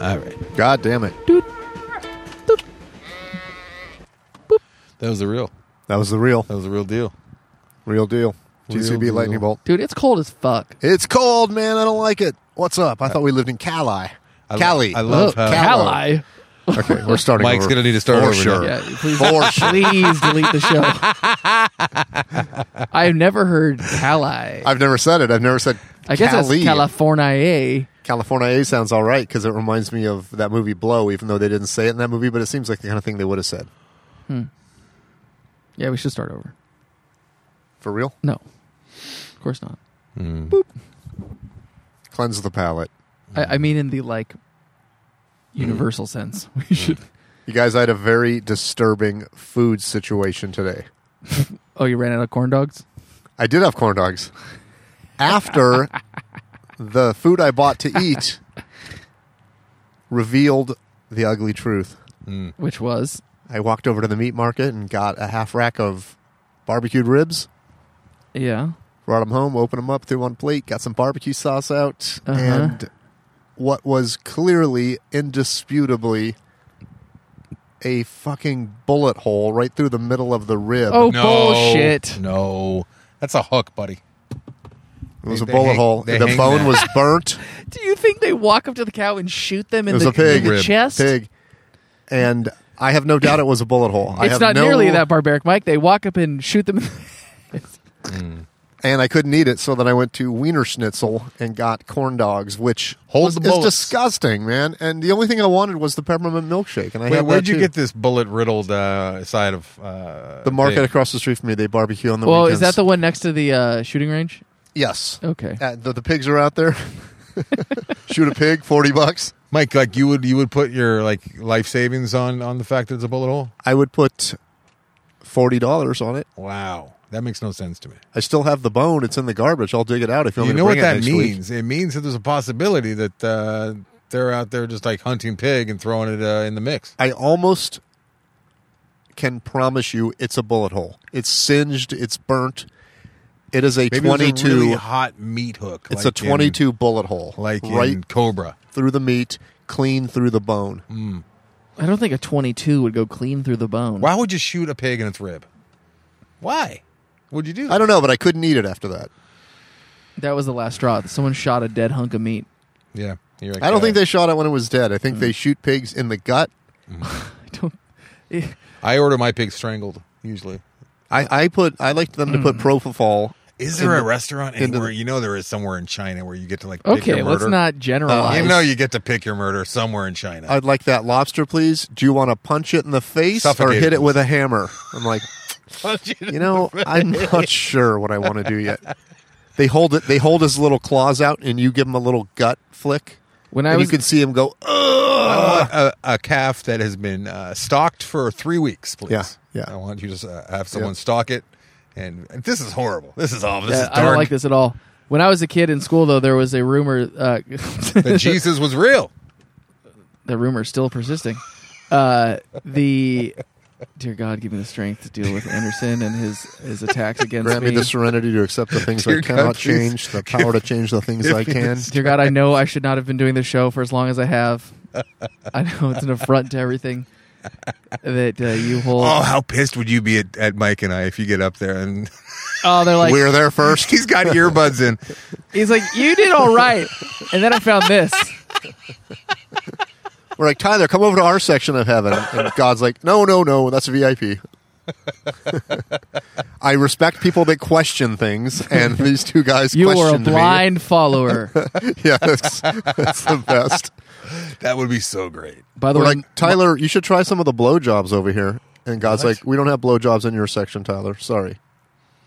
All right. God damn it. That was the real. That was the real, That was the real deal. real deal. Real GCB deal. lightning bolt. Dude, it's cold as fuck. It's cold, man. I don't like it. What's up? I thought we lived in Cali. I lo- Cali. I love Ugh, how Cali. okay, we're starting. Mike's over. gonna need to start for over now. sure. Yeah, please, For sure. please delete the show. I've never heard Cali. I've never said it. I've never said. I guess Cali. that's California. California A sounds all right because it reminds me of that movie Blow, even though they didn't say it in that movie, but it seems like the kind of thing they would have said. Yeah, we should start over. For real? No, of course not. Cleanse the palate. I, I mean, in the like universal sense, we should. You guys, I had a very disturbing food situation today. Oh, you ran out of corn dogs. I did have corn dogs. After the food I bought to eat revealed the ugly truth, mm. Which was I walked over to the meat market and got a half rack of barbecued ribs. yeah. Brought them home, opened them up, threw on a plate, got some barbecue sauce out, Uh-huh. and what was clearly, indisputably, a fucking bullet hole right through the middle of the rib. Oh No, bullshit! No, that's a hook, buddy. it was a they bullet hang- hole. they The hang bone that. was burnt. Do you think they walk up to the cow and shoot them It in was the, a pig. in the Rib. chest? Pig. And I have no doubt it was a bullet hole. I It's have not no, nearly that barbaric, Mike. They walk up and shoot them. in the- And I couldn't eat it, so then I went to Wiener Schnitzel and got corn dogs, which Hold was, the is bullets. disgusting, man. And the only thing I wanted was the peppermint milkshake. And I Wait, had where'd that you too. get this bullet riddled uh, side of uh, the market pig? across the street from me? They barbecue on the well, is weekends. that the one next to the uh, shooting range? yes? Okay. Uh, the, the pigs are out there. Shoot a pig, forty bucks. Mike, like you would you would put your like life savings on on the fact that it's a bullet hole? I would put forty dollars on it. Wow, that makes no sense to me. I still have the bone; it's in the garbage. I'll dig it out if you want you me know what to bring it that next week. means? It means that there's a possibility that uh, they're out there just like hunting pig and throwing it uh, in the mix. I almost can promise you it's a bullet hole. It's singed. It's burnt. It is a Maybe twenty-two. It was a really hot meat hook. it's a like in- twenty-two bullet hole, like right in Cobra. through the meat, clean through the bone. I don't think a 22 would go clean through the bone. Why would you shoot a pig in its rib? Why would you do? That? I don't know, but I couldn't eat it after that. That was the last straw. Someone shot a dead hunk of meat. Yeah, you're like, I don't uh, think they shot it when it was dead. I think they shoot pigs in the gut. I don't. eh, I order my pig strangled usually. I, I put I like them to put propofol. Is there Into- a restaurant into anywhere? You know, there is somewhere in China where you get to like pick Okay, your let's murder. Oh, not generalize. You know, you get to pick your murder somewhere in China. I'd like that lobster, please. Do you want to punch it in the face or Suffocate hit it. it with a hammer? I'm like, you know, I'm not sure what I want to do yet. They hold it. They hold his little claws out, and you give him a little gut flick, when I and was you can see him go. Ugh! I want a, a calf that has been uh, stocked for three weeks, please. Yeah, yeah. I want you to uh, have someone stalk it. And and this is horrible. This is awful. This Yeah, is dark. uh, I don't like this at all. When I was a kid in school, though, there was a rumor. Uh, That Jesus was real. the rumor is still persisting. Uh, the dear God, give me the strength to deal with Anderson and his his attacks against Grant me the serenity to accept the things I Dear God, cannot please change, the power to change the things I can. Dear God, I know I should not have been doing this show for as long as I have. I know it's an affront to everything that uh, you hold. Oh, Oh, how pissed would you be at, at Mike and I if you get up there and Oh, they're like We're there first. he's got earbuds in? he's like you did all right, and then I found this. We're like Tyler, come over to our section of heaven, and God's like, no, no, no, that's VIP. I respect people that question things, and these two guys You were a questioned blind follower. me. yeah, that's, that's the best. That would be so great. By the We're way, like Tyler, you should try some of the blowjobs over here, and God's like, we don't have blowjobs in your section, Tyler. Sorry,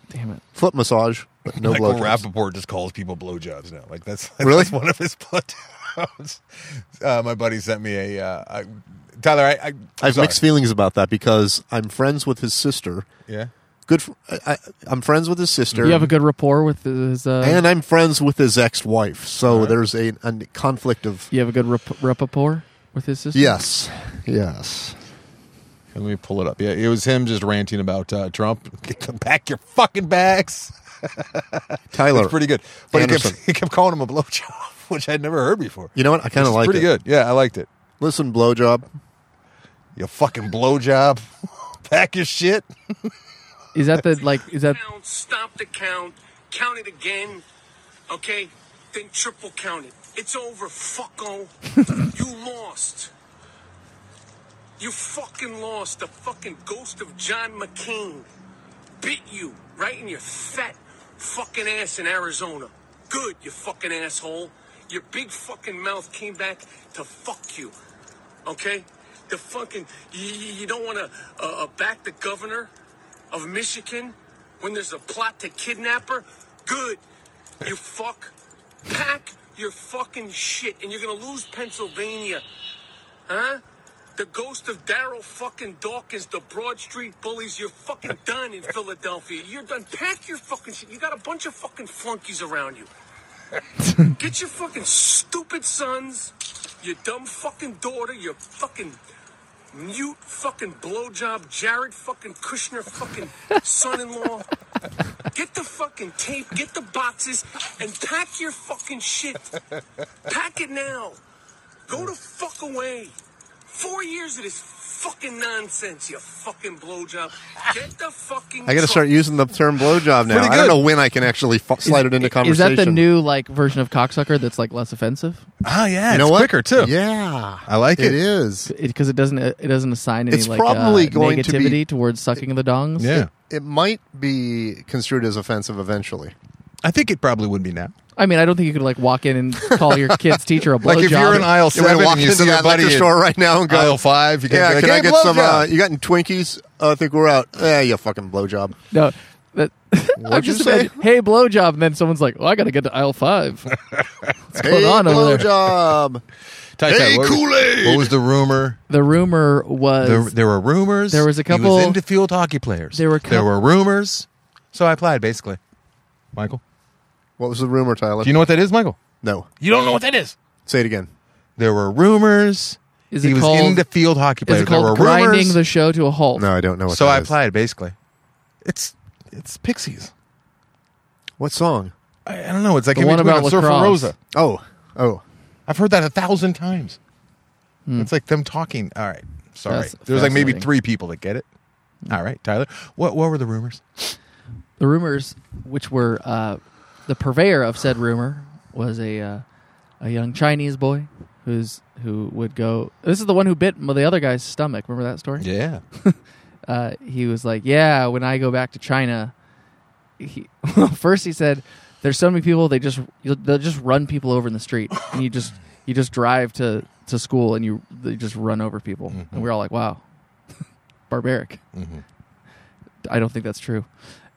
damn it. foot massage, but no Michael blowjobs. Rappaport just calls people blowjobs now. Like that's, that's Really? one of his blowjobs. Uh, my buddy sent me a uh, I, Tyler. I, I I'm I have sorry. mixed feelings about that because I'm friends with his sister. Yeah. Good, fr- I, I, I'm friends with his sister. You have a good rapport with his. Uh, and I'm friends with his ex-wife, so there's a, a conflict of You have a good rap- rapport with his sister? yes, yes. Let me pull it up. Yeah, it was him just ranting about uh, Trump. Get them back your fucking bags. Tyler, It's pretty good. But he kept, Anderson. he kept calling him a blowjob. which I'd never heard before. You know what? I kind of It's like pretty it. good. Yeah, I liked it. Listen, blowjob. You fucking blowjob. Pack your shit. Is that the like? Is that count, stop the count, count it again, okay? Then triple count it. It's over, fucko. you lost. You fucking lost. The fucking ghost of John McCain bit you right in your fat fucking ass in Arizona. Good, you fucking asshole. Your big fucking mouth came back to fuck you. Okay? The fucking, you, you you don't want to uh, uh, back the governor of Michigan when there's a plot to kidnap her? Good. You fuck. Pack your fucking shit and you're going to lose Pennsylvania. Huh? The ghost of Daryl fucking Dawkins, the Broad Street bullies, you're fucking done in Philadelphia. You're done. Pack your fucking shit. You got a bunch of fucking flunkies around you. Get your fucking stupid sons, your dumb fucking daughter, your fucking mute fucking blowjob Jared fucking Kushner fucking son-in-law. Get the fucking tape, get the boxes, and pack your fucking shit. Pack it now. Go to fuck away. Four years of this fucking nonsense, you fucking blowjob. Get the fucking. I got to truck. start using the term blowjob now. Pretty I good. don't know when I can actually f- slide it into is conversation. that the new like version of cocksucker that's like less offensive? Oh yeah, You know it's what? quicker too. Yeah, I like it. It is. Because it, doesn't it doesn't assign any It's like probably uh, going to be- negativity towards sucking the dongs. Yeah. It might be construed as offensive eventually. I think it probably would be now. I mean, I don't think you could like walk in and call your kid's teacher a blowjob. Like if you're in aisle You want seven to walk and you into see your that buddy liquor in store right now and go, aisle five, you can "Yeah, be like, can I "Hey, get some? blowjob." Uh, you got any Twinkies? Uh, I think we're out. Yeah, you fucking blowjob. no, that, I'm you just say? imagine, hey blowjob, and then someone's like, well, I got to get to aisle five. What's going hey, on over there? blowjob. Type Hey, that. What was- Kool-Aid! What was the rumor? The rumor was There, there were rumors. There was a He couple- was into field hockey players. There were cou- there were rumors. So I applied basically. Michael, What was the rumor, Tyler? do you know what that is, Michael? no. You don't know what that is. Say it again. There were rumors. Is he it was called- into field hockey is players. it called there were grinding rumors. the show to a halt? No, I don't know what so that I is. applied basically. It's it's Pixies. What song? I, I don't know. It's like The in one between about on Surfer lacrosse. Rosa. Oh, oh. I've heard that a thousand times. It's like them talking. All right, sorry. Hmm. That's There's like maybe fascinating. three people that get it. All right, Tyler. What what were the rumors? The rumors, which were uh, the purveyor of said rumor, was a uh, a young Chinese boy who's who would go. This is the one who bit the other guy's stomach. Remember that story? Yeah. uh, he was like, "Yeah, when I go back to China." He, well, first he said, "There's so many people they just you'll- they'll just run people over in the street, and you just you just drive to to school and you they just run over people." And we're all like, "Wow, barbaric." I don't think that's true.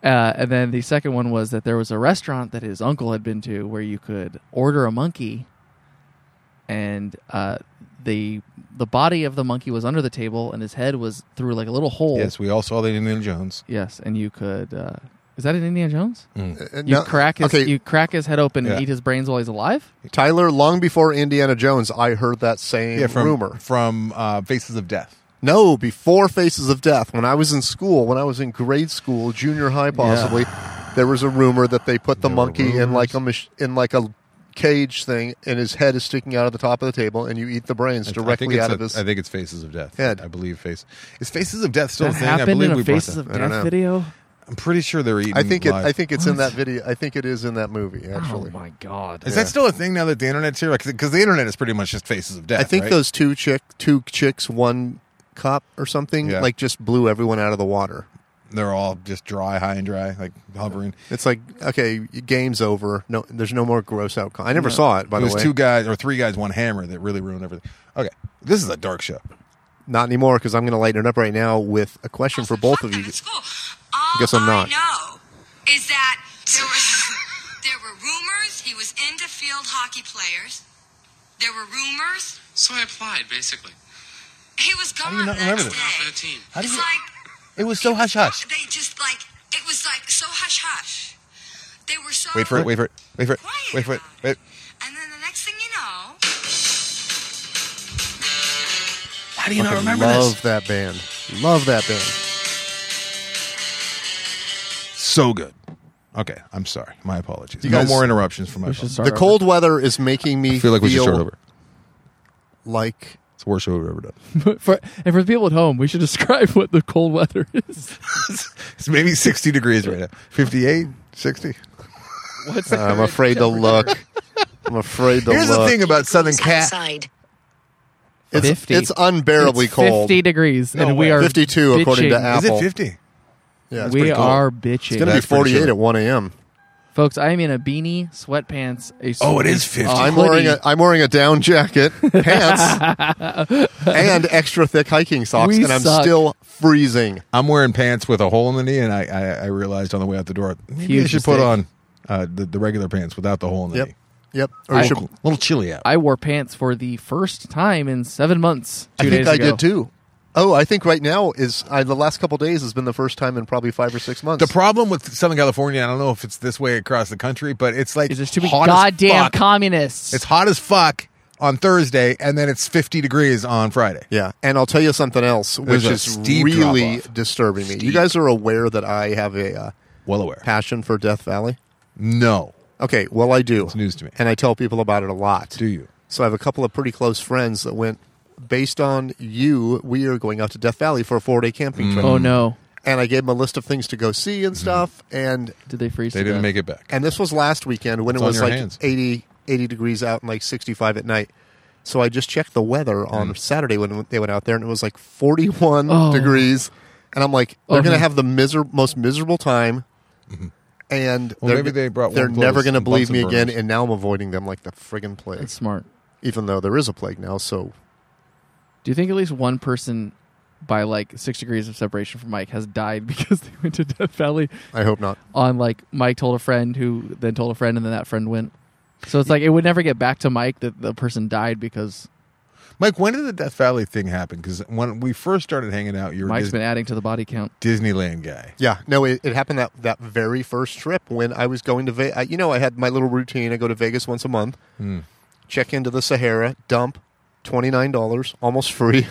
Uh, and then the second one was that there was a restaurant that his uncle had been to where you could order a monkey, and uh, the the body of the monkey was under the table, and his head was through like a little hole. Yes, we all saw that in Indiana Jones. Yes, and you could. Uh, is that in Indiana Jones? Hmm. Uh, You no. crack his okay, you crack his head open Yeah. and eat his brains while he's alive. Tyler. Long before Indiana Jones, I heard that same Yeah, from rumor. from uh, Faces of Death. No, before Faces of Death, when I was in school, when I was in grade school, junior high possibly, there was a rumor that they put the There were monkey in rumors. like a mach- in like a cage thing, and his head is sticking out of the top of the table, and you eat the brains I think directly it's out a- of his. I think it's Faces of Death. head. I believe face. Is Faces of Death still that a thing? I happened believe in we a brought Faces that- of I don't know. Death video. I'm pretty sure they're eating. I think it. live. I think it's What? in that video. I think it is in that movie. Actually, Oh my god! Is Yeah. that still a thing now that the internet's here? Because the internet is pretty much just Faces of Death. I think right? those two chick, two chicks, one cop or something, Yeah. like just blew everyone out of the water. they're all just dry, high and dry, like hovering. It's like okay, game's over. No, there's no more gross out. con- I never saw it by it was the way. two guys or three guys, one hammer that really ruined everything. Okay, this is a dark show. Not anymore because I'm going to lighten it up right now with a question for both of you. At school. All Guess I'm not. I know is that there was there were rumors he was into field hockey players. There were rumors So I applied, basically. he was gone do you not that remember day. this? For the team. How do it's you- like It was so hush hush. they just like it was like so hush hush. They were so Wait for it. Wait for it. Wait for it. quiet Wait for it. about Wait. And then the next thing you know, How do you not Fucking remember love this? that band. Love that band. So good. Okay, I'm sorry. My apologies. You no guys- more interruptions from my We should phone. start The over. cold weather is making me I feel like we should start over. like It's the worst show we've ever done. for, and for the people at home, we should describe what the cold weather is. It's maybe 60 degrees right now. 58, 60. What's uh, I'm afraid to look. I'm afraid to Here's look. the thing about Southern Cat. outside. it's, 50. it's unbearably It's cold. Fifty degrees, No and we way. are 52 according to bitching. Apple. Is it 50? Yeah, it's we pretty cold. are It's bitching, gonna be That's pretty 48 chilly. at 1 a.m. folks. I am in a beanie, sweatpants. A Oh, it sweet- is 50. a I'm wearing a hoodie. I'm wearing a down jacket, pants, and extra thick hiking socks, We and I'm suck. still freezing. I'm wearing pants with a hole in the knee, and I, I, I realized on the way out the door, maybe I Huge should put on mistake. uh, the, the regular pants without the hole in the Yep, knee. yep. Or you A should- little, a little chilly out. I wore pants for the first time in seven months. Two I think days I ago. did too. Oh, I think right now is I, the last couple days has been the first time in probably five or six months. the problem with Southern California, I don't know if it's this way across the country, but it's like Is there's too many hot as goddamn fuck. communists? It's hot as fuck on Thursday, and then it's 50 degrees on Friday. yeah, and I'll tell you something else, There's which a is steep really drop-off. disturbing me. You Steep. guys are aware that I have a uh, Well aware. passion for Death Valley. No. Okay, well I do. It's news to me. and I tell people about it a lot. Do you? So I have a couple of pretty close friends that went. Based on you, we are going out to Death Valley for a four-day camping Mm. trip. oh no! and I gave him a list of things to go see and stuff. And Did they freeze? They to didn't death? make it back. and this was last weekend when It's it on was your like hands. eighty, eighty 80, degrees out and like 65 at night. So I just checked the weather on Mm. Saturday when they went out there and it was like 41 Oh. degrees. And I'm like, they're Oh, going to no. have the miser- most miserable time. And Mm-hmm. Well, they're, maybe they brought they're warm never clothes going to and believe Bunsen me again. burners. And now I'm avoiding them like the friggin' plague, That's smart. even though there is a plague now. So Do you think at least one person, by like six degrees of separation from Mike, has died because they went to Death Valley? I hope not. On like Mike told a friend who then told a friend, and then that friend went. So it's like it would never get back to Mike that the person died because Mike, when did the Death Valley thing happen? Because when we first started hanging out, you were Mike's Dis- been adding to the body count. Disneyland guy. Yeah, no, it, it happened that that very first trip when I was going to Vegas. You know, I had my little routine. I go to Vegas once a month, Hmm. check into the Sahara, dump twenty nine dollars, almost free.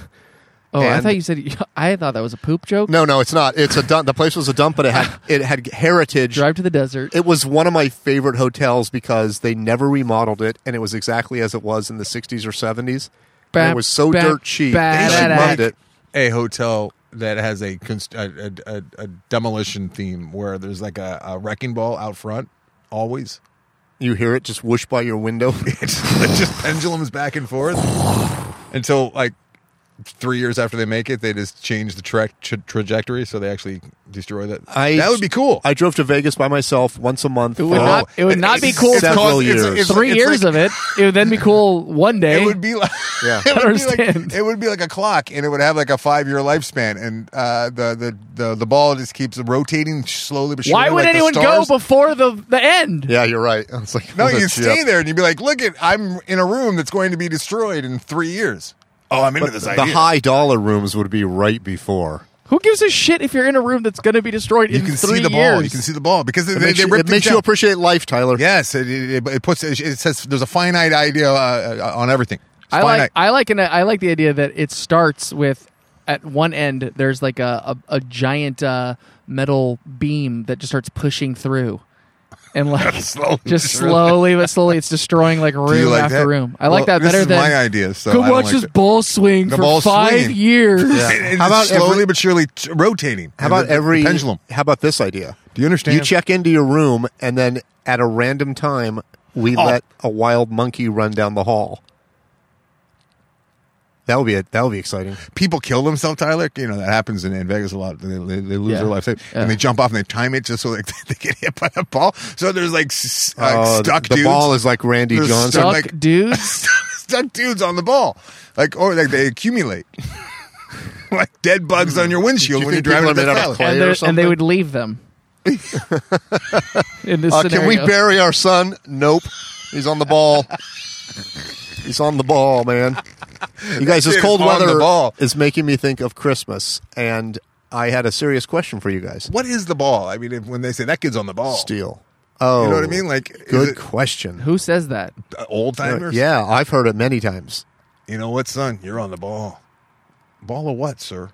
Oh, I And- thought you said I thought that was a poop joke. No, no, it's not. It's a dump. The place was a dump, but it had it had heritage. Drive to the desert. It was one of my favorite hotels because they never remodeled it, and it was exactly as it was in the '60s or '70s. and Bap, it was so bap, dirt cheap. bap, I bap. loved it. A hotel that has a const- a, a, a, a demolition theme where there's like a, a wrecking ball out front always. You hear it just whoosh by your window. It just, it just pendulums back and forth until like three years after they make it, they just change the tra- tra- trajectory so they actually destroy that. I- that would be cool. I drove to Vegas by myself once a month. It would for- not. It would it- not be it's- cool. it's for several called- it's- years. it's- three it's years like- of it. It would then be cool one day. It would be like Yeah. it would be like- understand. it would be like a clock, and it would have like a five year lifespan, and uh, the, the the the ball just keeps rotating slowly but surely. Why would like the anyone go stars. before the the end? Yeah, you're right. I was like, No, what a you'd chip. stay there and you'd be like, "Look at, I'm in a room that's going to be destroyed in three years." Oh, I'm into But this the idea. high dollar rooms would be right before. Who gives a shit if you're in a room that's going to be destroyed you in can three see the years? ball. You can see the ball because they, It they, makes, you, rip it makes things you out. appreciate life, Tyler. Yes, it, it, it puts. It says there's a finite idea uh, on everything. It's I finite. like I like an, I like the idea that it starts with at one end there's like a a, a giant uh, metal beam that just starts pushing through, and like Slowly, just surely. slowly but slowly it's destroying like Do you room like after that? room. I Well, like that this better is than my idea, so go I don't watch like this that. ball swing The for ball's five swinging. years. It's How about slowly every- but surely t- rotating? How about The- the every pendulum? How about this idea? Do you understand? You check into your room, and then at a random time, we Oh. let a wild monkey run down the hall. That would be a, that would be exciting. people kill themselves, Tyler. You know that happens in, in Vegas a lot. They, they, they lose Yeah. their life savings, Yeah. and they jump off and they time it just so like, they get hit by a ball. So there's like s- uh, Oh, stuck the, the dudes, ball is like Randy There's Johnson. so, Suck, like- dudes. stuck dudes on the ball, like or like they accumulate, like dead bugs on your windshield Do Hmm. you when you're think people driving are down the alley. made out of clay? and, or they're- and they something? would leave them. in this Uh, can scenario, we bury our son? Nope. He's on the ball. He's on the ball, man. You guys, this kid cold is on weather the ball. is making me think of Christmas, and I had a serious question for you guys. What is the ball? I mean, if, when they say that kid's on the ball, Steel. Oh, you know what I mean? Like is good it question. Uh, Who says that? old timers. Yeah, I've heard it many times. You know what, son? You're on the ball. Ball of what, sir?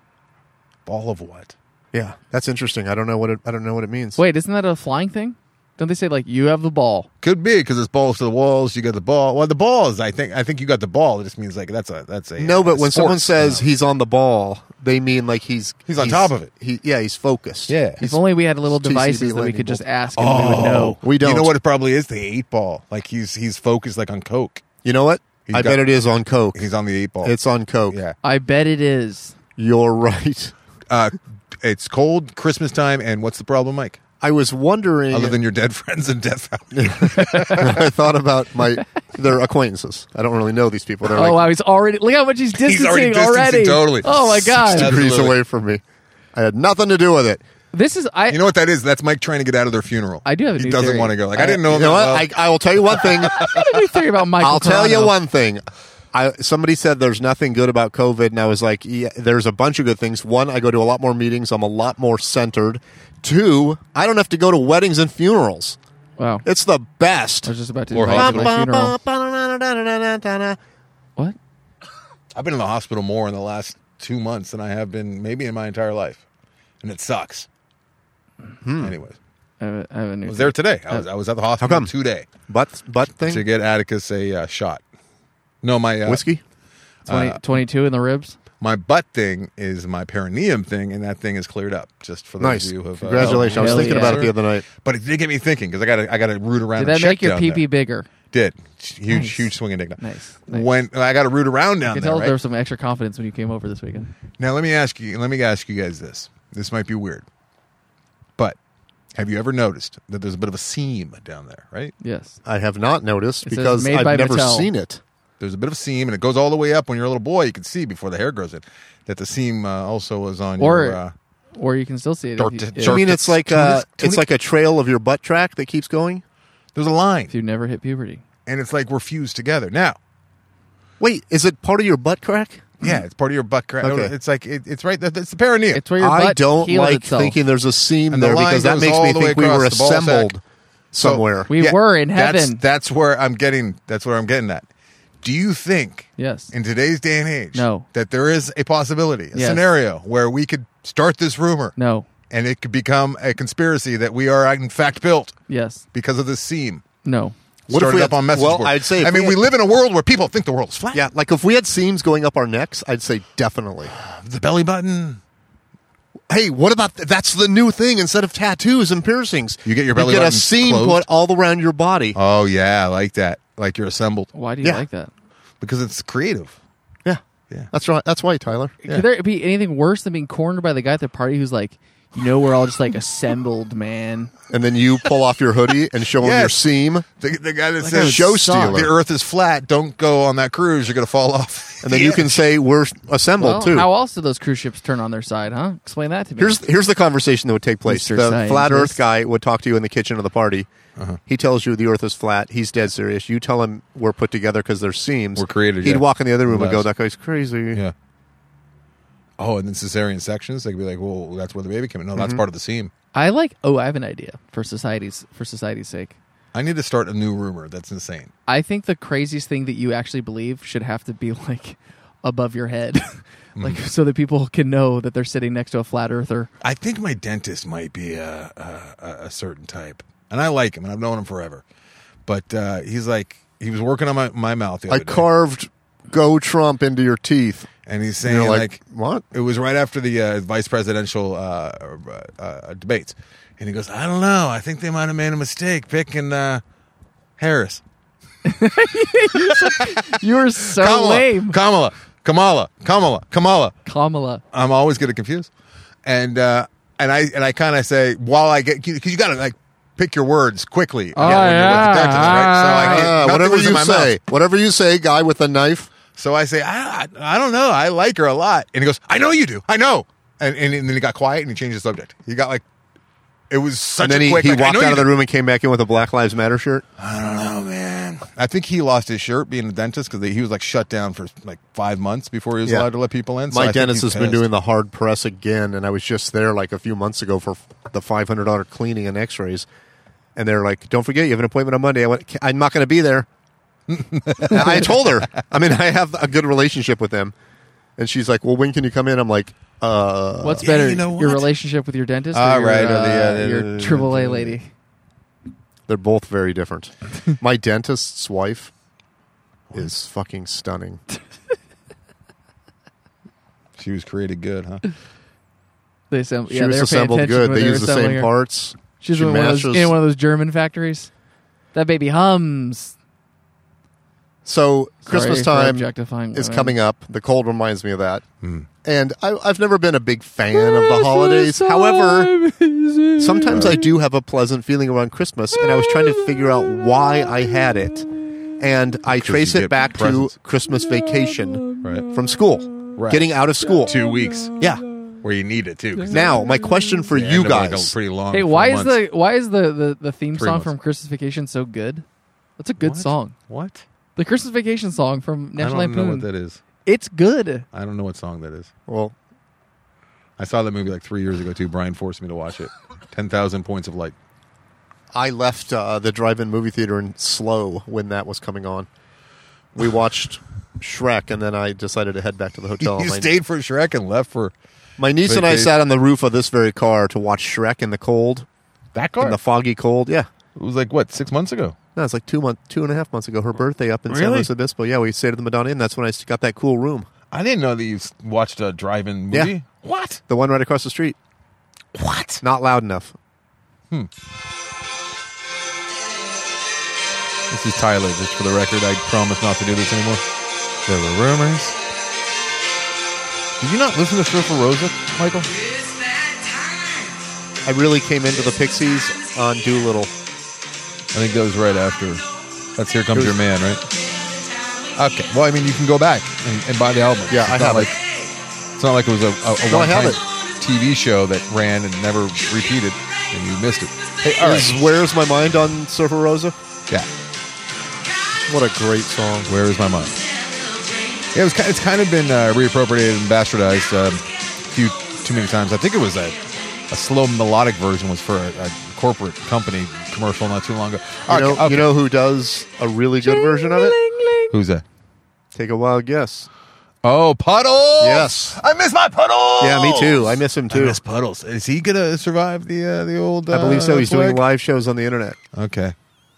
Ball of what? Yeah, that's interesting. I don't know what it, I don't know what it means. Wait, isn't that a flying thing? Don't they say like you have the ball? Could be because it's balls to the walls. You got the ball. Well, the ball is. I think. I think you got the ball. It just means like that's a that's a No, but a uh, when someone sport, you know. says he's on the ball, they mean like he's He's on top of it. He, yeah, he's focused. Yeah. He's- if only we had little TCB devices that we lightning could just bolt. ask and we would know. we don't. You know what it probably is? The eight ball. Like he's he's focused like on coke. You know what? He's I got- bet it is on coke. He's on the eight ball. It's on coke. yeah. I bet it is. You're right. Uh, it's cold Christmas time, and what's the problem, Mike? I was wondering. Other than your dead friends and Death Valley, I thought about my their acquaintances. I don't really know these people. They're oh like wow, he's already look how much he's distancing already distancing, totally. Oh my god, Sixty- degrees Absolutely. away from me. I had nothing to do with it. this is I. you know what that is? That's Mike trying to get out of their funeral. I do have a He new doesn't theory. want to go. Like I, didn't know. You him know that what? well. I, I will tell you one thing. I got a new theory about Michael. I'll tell you Carano. one thing. I somebody said there's nothing good about COVID, and I was like, yeah, there's a bunch of good things. One, I go to a lot more meetings. I'm a lot more centered. Two, I don't have to go to weddings and funerals. Wow, I It's the best. was just about to Or invite you to my hospital. funeral. Well, What? I've been in the hospital more in the last two months than I have been maybe in my entire life, and it sucks. Hmm. Anyways, I have a, I have a new. I was there today. I was, I was at the hospital come? today But but to thing get Atticus a uh, shot. No, my uh, whiskey. 20, 22 in the ribs. My butt thing is my perineum thing, and that thing is cleared up. Just for those Nice. of you who have uh, Congratulations. I was Hell thinking about it the yeah. other night. But it did get me thinking because I got to I got to root around. Did and that make check your down pee there. pee bigger? Did huge Nice. huge swinging dick. Nice, nice. When I got to root around I down can there. tell Right? there was some extra confidence when you came over this weekend. Now let me ask you. Let me ask you guys this. This might be weird, but have you ever noticed that there's a bit of a seam down there? Right? Yes. I have not noticed It says because made by I've never Mattel. seen it. There's a bit of a seam, and it goes all the way up. When you're a little boy, you can see before the hair grows in that the seam uh, also was on Or your. Uh, or you can still see it Dirt if to you, dirt. I if, mean, it's like uh, Tony- it's like a trail of your butt track that keeps going. there's a line, if you never hit puberty. and it's like we're fused together. Now, Wait, is it part of your butt crack? yeah, it's part of your butt crack. Okay. It's like it, it's right. It's the perineum. It's where your I butt don't healed like itself. thinking there's a seam And the there line because that goes makes all me the think way we were across the ball sack. assembled So- somewhere. We were in that's- heaven. That's, where I'm getting. That's where I'm getting at. Do you think? Yes. In today's day and age, No. that there is a possibility, a Yes. scenario where we could start this rumor, No. and it could become a conspiracy that we are in fact built Yes. because of this seam. No. What if Started we up had- on message well, board. I'd say if I we mean, we had- live in a world where people think the world is flat. yeah, like if we had seams going up our necks, I'd say definitely. the belly button. Hey, what about th- that's the new thing instead of tattoos and piercings? You get your belly you get a button seam closed? put all around your body. Oh yeah, I like that. Like you're assembled Why do you Yeah. like that? because it's creative. yeah, Yeah. that's right. That's why, Tyler. Yeah. Could there be anything worse than being cornered by the guy at the party who's like, you know, we're all just like assembled, man. And then you pull off your hoodie and show him your Yes. seam, The, the guy that I says would show suck. stealer. The Earth is flat. Don't go on that cruise. You're gonna fall off. and then you can say we're assembled Well, too. how else do those cruise ships turn on their side, huh? Explain that to me. Here's here's the conversation that would take place. Mr. The flat Scientist. Earth guy would talk to you in the kitchen of the party. Uh-huh. He tells you the Earth is flat. He's dead serious. You tell him we're put together because there's seams. We're created, He'd yeah. walk in the other room and go, Yes. "That guy's crazy." Yeah. Oh, and then cesarean sections. They could be like, "Well, that's where the baby came in." No, that's part of the seam. I like. Oh, I have an idea for society's for society's sake. I need to start a new rumor. That's insane. I think the craziest thing that you actually believe should have to be like above your head, like Mm. so that people can know that they're sitting next to a flat earther. I think my dentist might be a a, a- a certain type, and I like him, and I've known him forever. But uh, he's like, he was working on my, my mouth the I other day, carved "Go Trump" into your teeth. and he's And saying you're like, like, "What?" it was right after the uh, vice presidential uh, uh, uh, debates, and he goes, "I don't know. I think they might have made a mistake picking uh, Harris." You're so lame, Kamala, Kamala, Kamala, Kamala. Kamala. I'm always getting confused, and uh, and I and I kind of say while I get because you got to like pick your words quickly. Oh, when you're with the yeah. dentist, right? So I get- Ah, nothing whatever was in you my say, mouth. whatever you say, guy with a knife. So I say I, I I don't know. I like her a lot, and he goes, I know you do. I know. And and, and then he got quiet and he changed the subject. He got like. It was such And then a he, quick. he like, I walked know out of you the room and came back in with a Black Lives Matter shirt. I don't know, man. I think he lost his shirt being a dentist because he was like shut down for like five months before he was Yeah. allowed to let people in. So I My think dentist he's has been pissed. doing the hard press again, and I was just there like a few months ago for the five hundred dollar cleaning and X rays, and they're like, "Don't forget, you have an appointment on Monday." I went, "Ca- "I'm not going to be there." I told her. I mean, I have a good relationship with them, and she's like, "Well, when can you come in?" I'm like, "Uh, What's yeah, better, you know your what? relationship with your dentist or Ah, your, right, or the, uh, uh, your the- AAA lady? They're both very different. My dentist's wife is fucking stunning. She was created good, huh? They assemble, She yeah, was they're paying assembled attention good. when They they're use the same assembling her. parts. She's She in one, of those, masters- in one of those German factories. That baby hums. So Christmas Sorry for time objectifying is women. coming up. The cold reminds me of that. Hmm. And I, I've never been a big fan of the holidays. Christmas However, time is here. sometimes I do have a pleasant feeling around Christmas, and I was trying to figure out why I had it. And I trace you it get back presents. to Christmas vacation Right. from school, Right. getting out of school. Two weeks Yeah. where you need it too. 'cause Now, my question for they you end up, like, guys. a pretty long. Hey, four why is months. the why is the the, the theme Three song months. from Christmas Vacation so good? That's a good What? song. What? The Christmas Vacation song from National I don't know what Lampoon. that is. It's good. I don't know what song that is. well, I saw that movie like three years ago too. Brian forced me to watch it. Ten thousand points of light. I left uh, the drive-in movie theater in slow when that was coming on. We watched Shrek, and then I decided to head back to the hotel. you my, stayed for Shrek and left for my niece and I Vacation. sat on the roof of this very car to watch Shrek in the cold, that car. in the foggy cold. Yeah, it was like what six months ago. no, it's like two month, two and a half months ago. Her birthday up in San Really? Luis Obispo. Yeah, we stayed at the Madonna Inn. That's when I got that cool room, I didn't know that you s- watched a drive-in Yeah. movie. What? the one right across the street. What? Not loud enough. This is Tyler. Just for the record, I promise not to do this anymore. There were rumors. Did you not listen to Surfer Rosa, Michael? It's that time. I really came into the Pixies on Doolittle. I think that was right after. That's Here Comes It was- Your Man, right? Okay. Well, I mean, you can go back and, and buy the album. Yeah, it's I not have it. like, It's not like it was a, a, a No, I have one-time it. TV show that ran and never repeated, and you missed it. Hey, all Is right. Where's My Mind on Surfer Rosa? Yeah. What a great song. Where is my mind? Yeah, it was, ki- it's kind of been uh, reappropriated and bastardized um, a few too many times. I think it was a, a slow melodic version was for a, a corporate company commercial not too long ago. You All right, know, okay. you know who does a really good version of it? who's that? Take a wild guess. Oh, puddles. Yes. I miss my puddles. Yeah, me too. I miss him Oh. I too. miss puddles. Is he gonna survive the uh, the old? I believe so. uh, He's doing plague? live shows on the internet. Okay,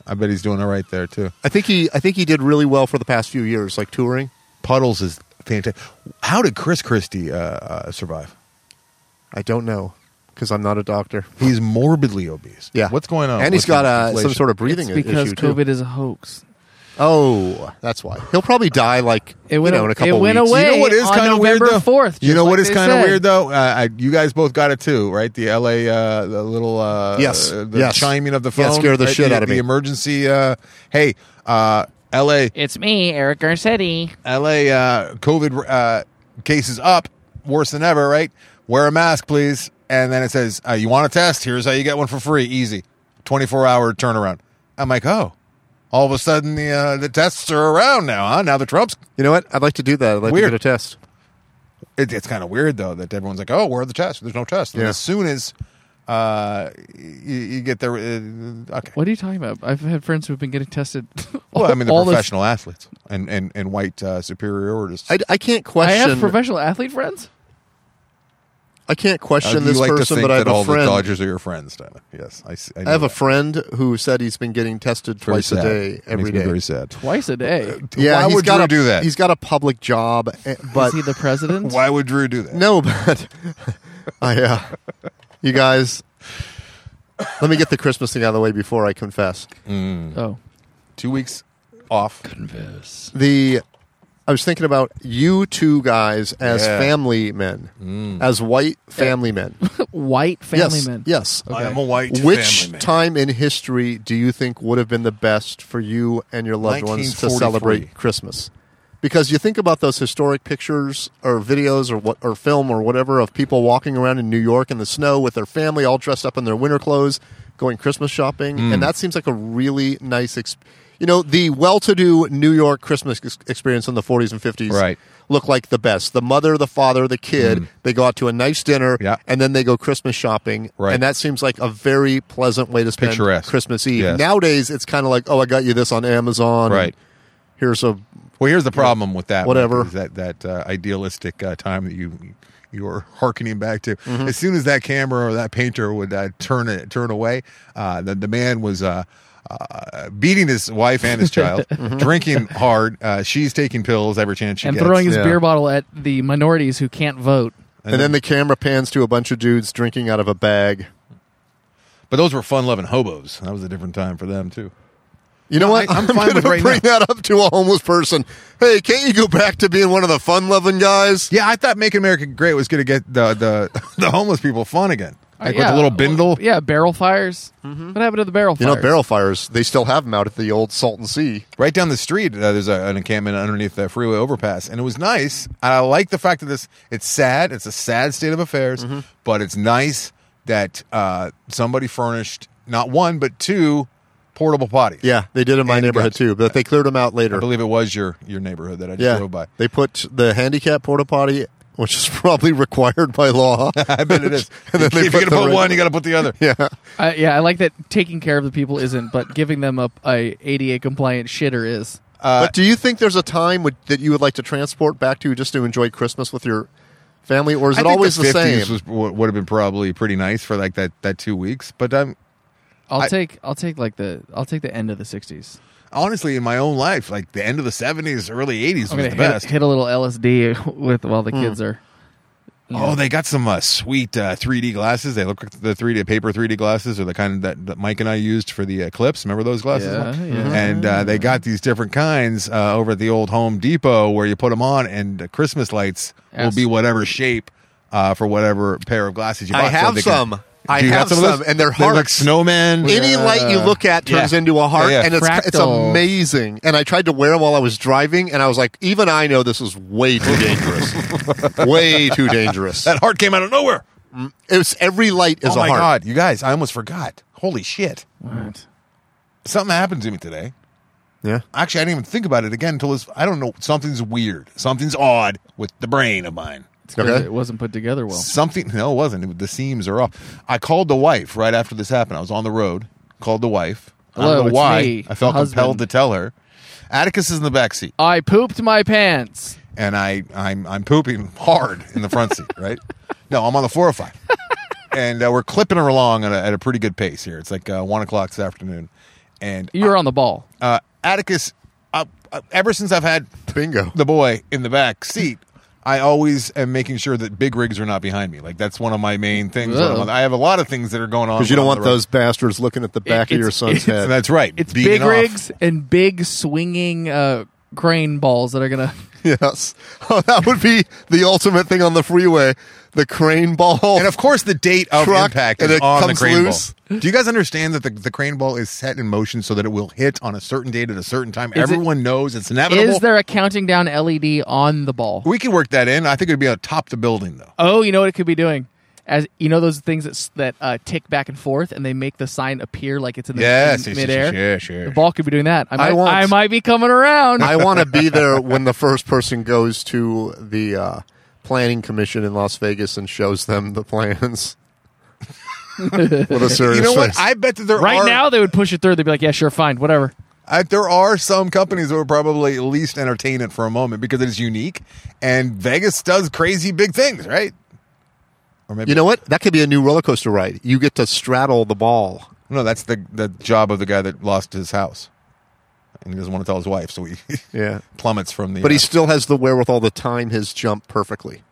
I bet he's doing all right there too. I think he, I think he did really well for the past few years, like touring. Puddles is fantastic. How did Chris Christie uh, uh, survive? I don't know because I'm not a doctor. He's morbidly obese. Yeah, what's going on? And he's with got the uh, some inflation? sort of breathing It's because issue too. COVID is a hoax. Oh, that's why he'll probably die. Like It went you know, in a- a couple it went weeks. away. You know what is on kind of weird November though. 4th, you just know what like is they kind of said. weird though. Uh, I, you guys both got it too, right? The L.A. Uh, the little uh, Yes. uh, the Yes. chiming of the phone Yeah, it scared the right? shit out of The me. emergency. Uh, hey, uh, L.A. It's me, Eric Garcetti. L.A. Uh, COVID uh, cases up, worse than ever. Right? Wear a mask, please. And then it says, uh, "You want a test? Here's how you get one for free. Easy, 24 hour turnaround." I'm like, "Oh." All of a sudden, the uh, the tests are around now, huh? Now the Trump's You know what? I'd like to do that. I'd like Weird. to get a test. it, it's kind of weird though that everyone's like, "Oh, where are the tests? There's no tests." And Yeah. as soon as uh, you, you get there, uh, okay. What are you talking about? I've had friends who've been getting tested. all- Well, I mean, the all this- professional athletes and and and white uh, superiorists. I, I can't I question. have professional athlete friends. I can't Uh, question you this like to person, think but I that have all a the friend. Dodgers are your friends, Tyler. Yes, I, see- I, know I have a that. friend who said he's been getting tested Very twice a sad. day Makes every me day. Very sad. Twice a day. Yeah, Why he's would got Drew a, do that? He's got a public job, eh, is but he the president? Why would Drew do that? no, but I, uh, you guys, let me get the Christmas thing out of the way before I confess. Oh, Two weeks off. The I was thinking about you two guys as Yeah. family men, as white family men. white family yes, men. yes. I am a white Which family man. time in history do you think would have been the best for you and your loved ones to celebrate 1943. Christmas? Because you think about those historic pictures or videos or what or film or whatever of people walking around in New York in the snow with their family all dressed up in their winter clothes going Christmas shopping Hmm. and that seems like a really nice exp- you know the well-to-do New York Christmas ex- experience in the 40s and 50s Right. Hmm. look like the best the mother the father the kid they go out to a nice dinner Yeah. and then they go Christmas shopping Right. and that seems like a very pleasant way to spend Picturesque. Christmas Eve. Yes. Nowadays, it's kind of like, oh, I got you this on Amazon. Right. Here's a Well, here's the problem with that. Whatever. Mike, is that that uh, idealistic uh, time that you you are hearkening back to. Mm-hmm. As soon as that camera or that painter would uh, turn it turn away, uh, the the man was. Uh, uh, beating his wife and his child, Mm-hmm. drinking hard. Uh, she's taking pills every chance she and gets. throwing his yeah. beer bottle at the minorities who can't vote. And, then, the camera pans to a bunch of dudes drinking out of a bag. but those were fun-loving hobos. That was a different time for them too. You know what? I- I'm fine with gonna right bring that up to a homeless person. Hey, can't you go back to being one of the fun-loving guys? Yeah, I thought "Make America Great" was going to get the, the the homeless people fun again, like with Uh, Yeah, a little well, bindle. yeah, barrel fires. What happened to the barrel You fires? know, barrel fires. They still have them out at the old Salton Sea. right down the street uh, there's a, an encampment underneath the freeway overpass and it was nice i like the fact that this it's sad it's a sad state of affairs but it's nice that uh, somebody furnished not one but two portable potties Yeah, they did in my And neighborhood guts. too, but they cleared them out later. i believe it was your your neighborhood that i just yeah, drove by they put the handicap porta potty, which is probably required by law. i bet it is And then if they you're put gonna the put ring- one you gotta put the other yeah, I, yeah, I like that taking care of the people isn't, but giving them a, a ADA compliant shitter is. Uh, but do you think there's a time would, that you would like to transport back to just to enjoy Christmas with your family, or is I it think always the, the 50s same? was w- would have been probably pretty nice for like that that two weeks but i'm I'll I- take I'll take like the I'll take the end of the '60s. honestly in my own life like the end of the 70s early 80s I'm was gonna the hit, best hit a little LSD with while the kids are. Oh, they got some uh, sweet uh, 3D glasses. They look like the 3D paper 3D glasses, or the kind that, that Mike and I used for the uh, clips. Remember those glasses? Yeah, Mike? Mm-hmm. yeah. And uh, they got these different kinds uh, over at the old Home Depot, where you put them on, and the Christmas lights will Yes. be whatever shape uh, for whatever pair of glasses you I buy. So have they can- some. I Do you have got some, of those? some, and they're They're like hearts. snowmen. Any light you look at turns uh, Yeah. into a heart, Yeah, yeah. and it's it's Fractal. amazing. And I tried to wear them while I was driving, and I was like, even I know this is way too dangerous, way too dangerous. that heart came out of nowhere. It was every light is oh a my heart. god, you guys! I almost forgot. Holy shit! What? Something happened to me today. Yeah, Actually, I didn't even think about it again until this. I don't know. Something's weird. Something's odd with the brain of mine. It's 'cause Okay. It wasn't put together well. Something. No, it wasn't. The seams are off. I called the wife right after this happened. I was on the road. Called the wife. I Hello, don't know it's why. me, I felt the husband. compelled to tell her. Atticus is in the back seat, I pooped my pants. and I I'm I'm pooping hard in the front seat. Right? No, I'm on the 405, and uh, we're clipping her along at a, at a pretty good pace here. It's like uh, one o'clock this afternoon, and You were on the ball. uh, Atticus. Uh, uh, ever since I've had bingo. the boy in the back seat, I always am making sure that big rigs are not behind me. Like that's one of my main things. when I'm Whoa. on- I have a lot of things that are going on Because you when don't I'm want on the road. those bastards looking at the back of it's- your son's it's- head. That's right. It's beating big off. rigs and big swinging uh, crane balls that are gonna. Yes. Oh, that would be the ultimate thing on the freeway. The crane ball. and of course the date of Truck, impact and is it on the comes crane loose. ball. Do you guys understand that the, the crane ball is set in motion so that it will hit on a certain date at a certain time? it- Everyone knows it's inevitable. Is there a counting down LED on the ball? we could work that in. I think it'd be on top the building though. Oh, you know what it could be doing? As you know, those things that s- that uh, tick back and forth, and they make the sign appear like it's in the Yes, in yes, yes, midair. yes, yes, yes. The ball could be doing that. I might, I want- might be coming around. I want to be there when the first person goes to the uh, planning commission in Las Vegas and shows them the plans. With a serious You know what? face. I bet that there right are now, they would push it through. They'd be like, "Yeah, sure, fine, whatever." I, there are some companies that would probably at least entertain it for a moment because it is unique, and Vegas does crazy big things, right? Or maybe you know what? That could be a new roller coaster ride. You get to straddle the ball. no, that's the the job of the guy that lost his house, and he doesn't want to tell his wife, so he Yeah. plummets from the. But he uh, still has the wherewithal to time his jump perfectly.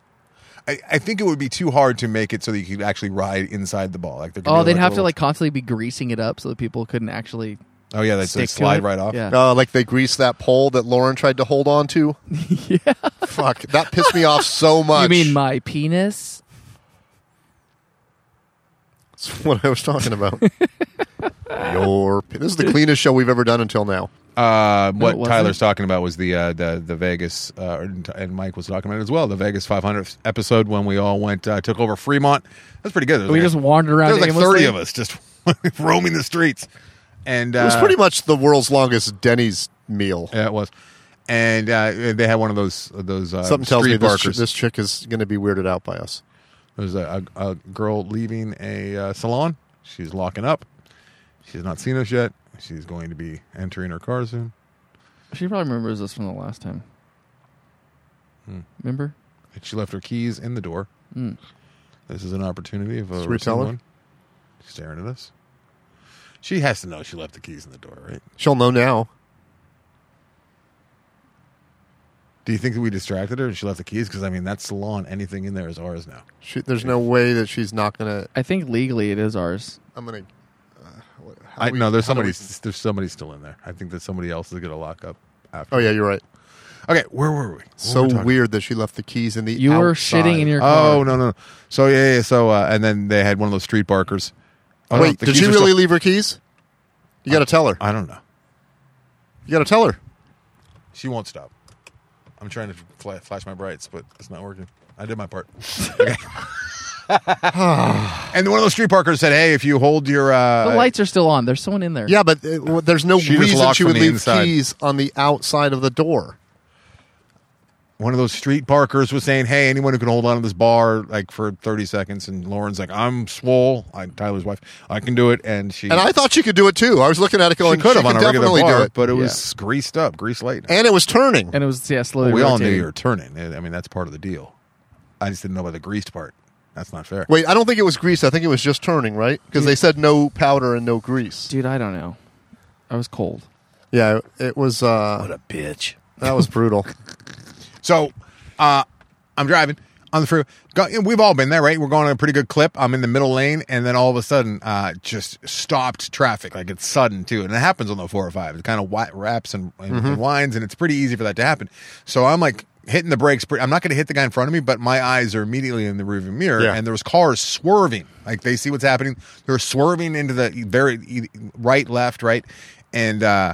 I, I think it would be too hard to make it so that you could actually ride inside the ball. Like there could Oh, be they'd a have to little- like constantly be greasing it up so that people couldn't actually. Oh yeah, that's stick they to slide it. right off. Yeah. Uh, like they greased that pole that Lauren tried to hold on to. yeah. Fuck. That pissed me off so much. You mean my penis? That's what I was talking about. Your pin. This is the cleanest show we've ever done until now. Uh, what it wasn't. Tyler's talking about was the uh, the the Vegas, uh, and and Mike was talking about it as well. The Vegas 500th episode when we all went uh, took over Fremont. That's pretty good. There was We like a- just wandered around There was like aimlessly. 30 of us just roaming the streets, and uh, It was pretty much the world's longest Denny's meal. Yeah, it was. And uh, they had one of those those uh, Something tells street me this, chi- barkers. this chick is going to be weirded out by us. There's a, a, a girl leaving a uh, salon. She's locking up. She's not seen us yet. She's going to be entering her car soon. She probably remembers this from the last time. Hmm. Remember? And she left her keys in the door. Hmm. This is an opportunity. If Should we tell her? Staring at us. She has to know she left the keys in the door, right? She'll know now. Do you think that we distracted her and she left the keys? Because I mean, that's the law, and anything in there is ours now. She, there's no way that she's not gonna. I think legally it is ours. I'm gonna. Uh, what- how I do we- no, there's how do somebody. we- There's somebody still in there. I think that somebody else is going to lock up after. oh yeah, you're right. Okay, where were we? What So were we talking- weird that she left the keys in the. You were outside. shitting in your car. Oh no no. no. So yeah yeah. So uh, and then they had one of those street barkers. Oh, no, Wait, the did keys she are really still- leave her keys? You got to tell her. I don't know. You got to tell her. She won't stop. I'm trying to fla flash my brights, but it's not working. I did my part. Okay. and one of those street parkers said, "Hey, if you hold your uh, The lights are still on. There's someone in there. Yeah, but uh, well, there's no She just reason locked she from would the leave inside. keys on the outside of the door. one of those street parkers was saying, "Hey, anyone who can hold on to this bar like for 30 seconds," and Lauren's like, "I'm swole. I'm Tyler's wife. I can do it." And she And I thought she could do it too. I was looking at it she going, could have on a regular definitely do bar, it. but it was greased up, grease light. and it was turning. And it was yeah slowly. we all knew rotating. you were turning. I mean, that's part of the deal. I just didn't know about the greased part. That's not fair. Wait, I don't think it was grease. I think it was just turning, right? Because they said no powder and no grease. Dude, I don't know. I was cold. Yeah, it was. Uh, what a bitch. That was brutal. So, uh, I'm driving on the freeway. Go, you know, we've all been there, right? We're going on a pretty good clip. I'm in the middle lane, and then all of a sudden, uh, just stopped traffic. Like it's sudden too, and it happens on the four or five. It kind of wi- wraps and, and winds, and it's pretty easy for that to happen. So I'm like hitting the brakes. pre- I'm not going to hit the guy in front of me, but my eyes are immediately in the rearview mirror, Yeah. and there's cars swerving. Like they see what's happening. They're swerving into the very e- right, left, right, and. uh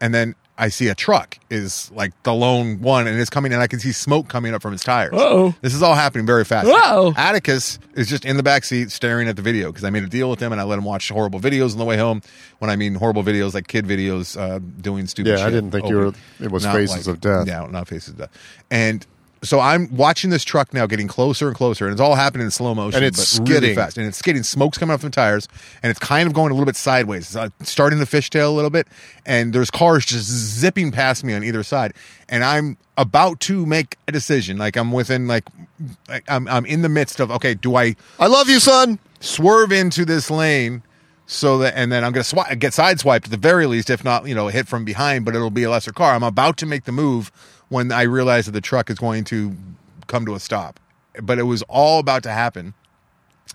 and then I see a truck is like the lone one, and it's coming, and I can see smoke coming up from its tires. Uh-oh. This is all happening very fast. Uh-oh. Atticus is just in the back seat staring at the video because I made a deal with him, and I let him watch horrible videos on the way home. When I mean horrible videos, like kid videos, uh, doing stupid. Yeah, I shit. didn't think you were- it was Faces of Death. Yeah, not faces of death, and. So I'm watching this truck now getting closer and closer, and it's all happening in slow motion, And it's but really skidding. fast, and it's skidding. Smoke's coming up from the tires, and it's kind of going a little bit sideways. It's uh, starting to fishtail a little bit, and there's cars just zipping past me on either side, and I'm about to make a decision. Like I'm within, like I- I'm, I'm in the midst of. Okay, do I I love you, son. swerve into this lane so that and then I'm going to swi get sideswiped at the very least, if not you know hit from behind, but it'll be a lesser car. I'm about to make the move when I realize that the truck is going to come to a stop, but it was all about to happen.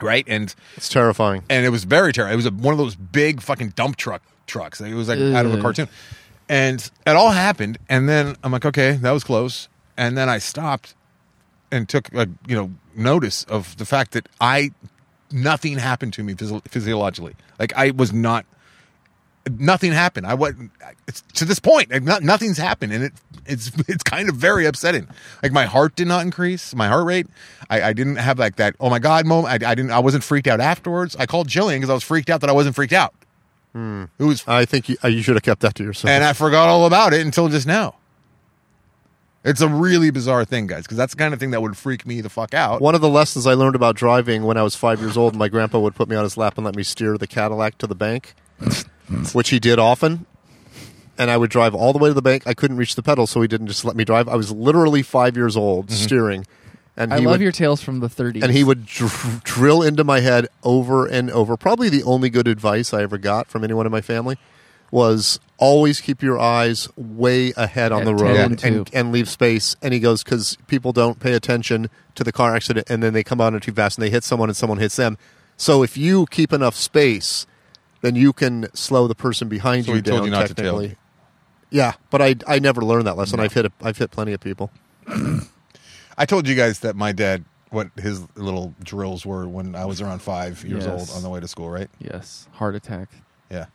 Right and It's terrifying. and it was very terrible. It was a, one of those big fucking dump truck trucks. It was like out of a Ugh. cartoon, and it all happened. And then I'm like, okay, that was close. And then I stopped and took like you know notice of the fact that I nothing happened to me physio- physiologically. Like I was not. Nothing happened. I wasn't it's, to this point. Like not, nothing's happened, and it it's it's kind of very upsetting. Like my heart did not increase, my heart rate. I, I didn't have like that. Oh my god, moment. I, I didn't. I wasn't freaked out afterwards. I called Jillian because I was freaked out that I wasn't freaked out. It was, I think you, uh, you should have kept that to yourself. and I forgot all about it until just now. It's a really bizarre thing, guys, because that's the kind of thing that would freak me the fuck out. One of the lessons I learned about driving when I was five years old, my grandpa would put me on his lap and let me steer the Cadillac to the bank, which he did often. And I would drive all the way to the bank. I couldn't reach the pedal, so he didn't just let me drive. I was literally five years old steering, and I he love would, your tales from the 30s. and he would dr- drill into my head over and over. Probably the only good advice I ever got from anyone in my family was always keep your eyes way ahead on At the 10 road and and, two. and leave space. And he goes, because people don't pay attention to the car accident and then they come on it too fast and they hit someone and someone hits them. So if you keep enough space, then you can slow the person behind So you he told down you not to technically. tailgate. yeah, but I, I never learned that lesson. I've hit a, I've hit plenty of people. I told you guys that my dad what his little drills were when I was around five years Yes. old on the way to school, right? yes, heart attack. Yeah,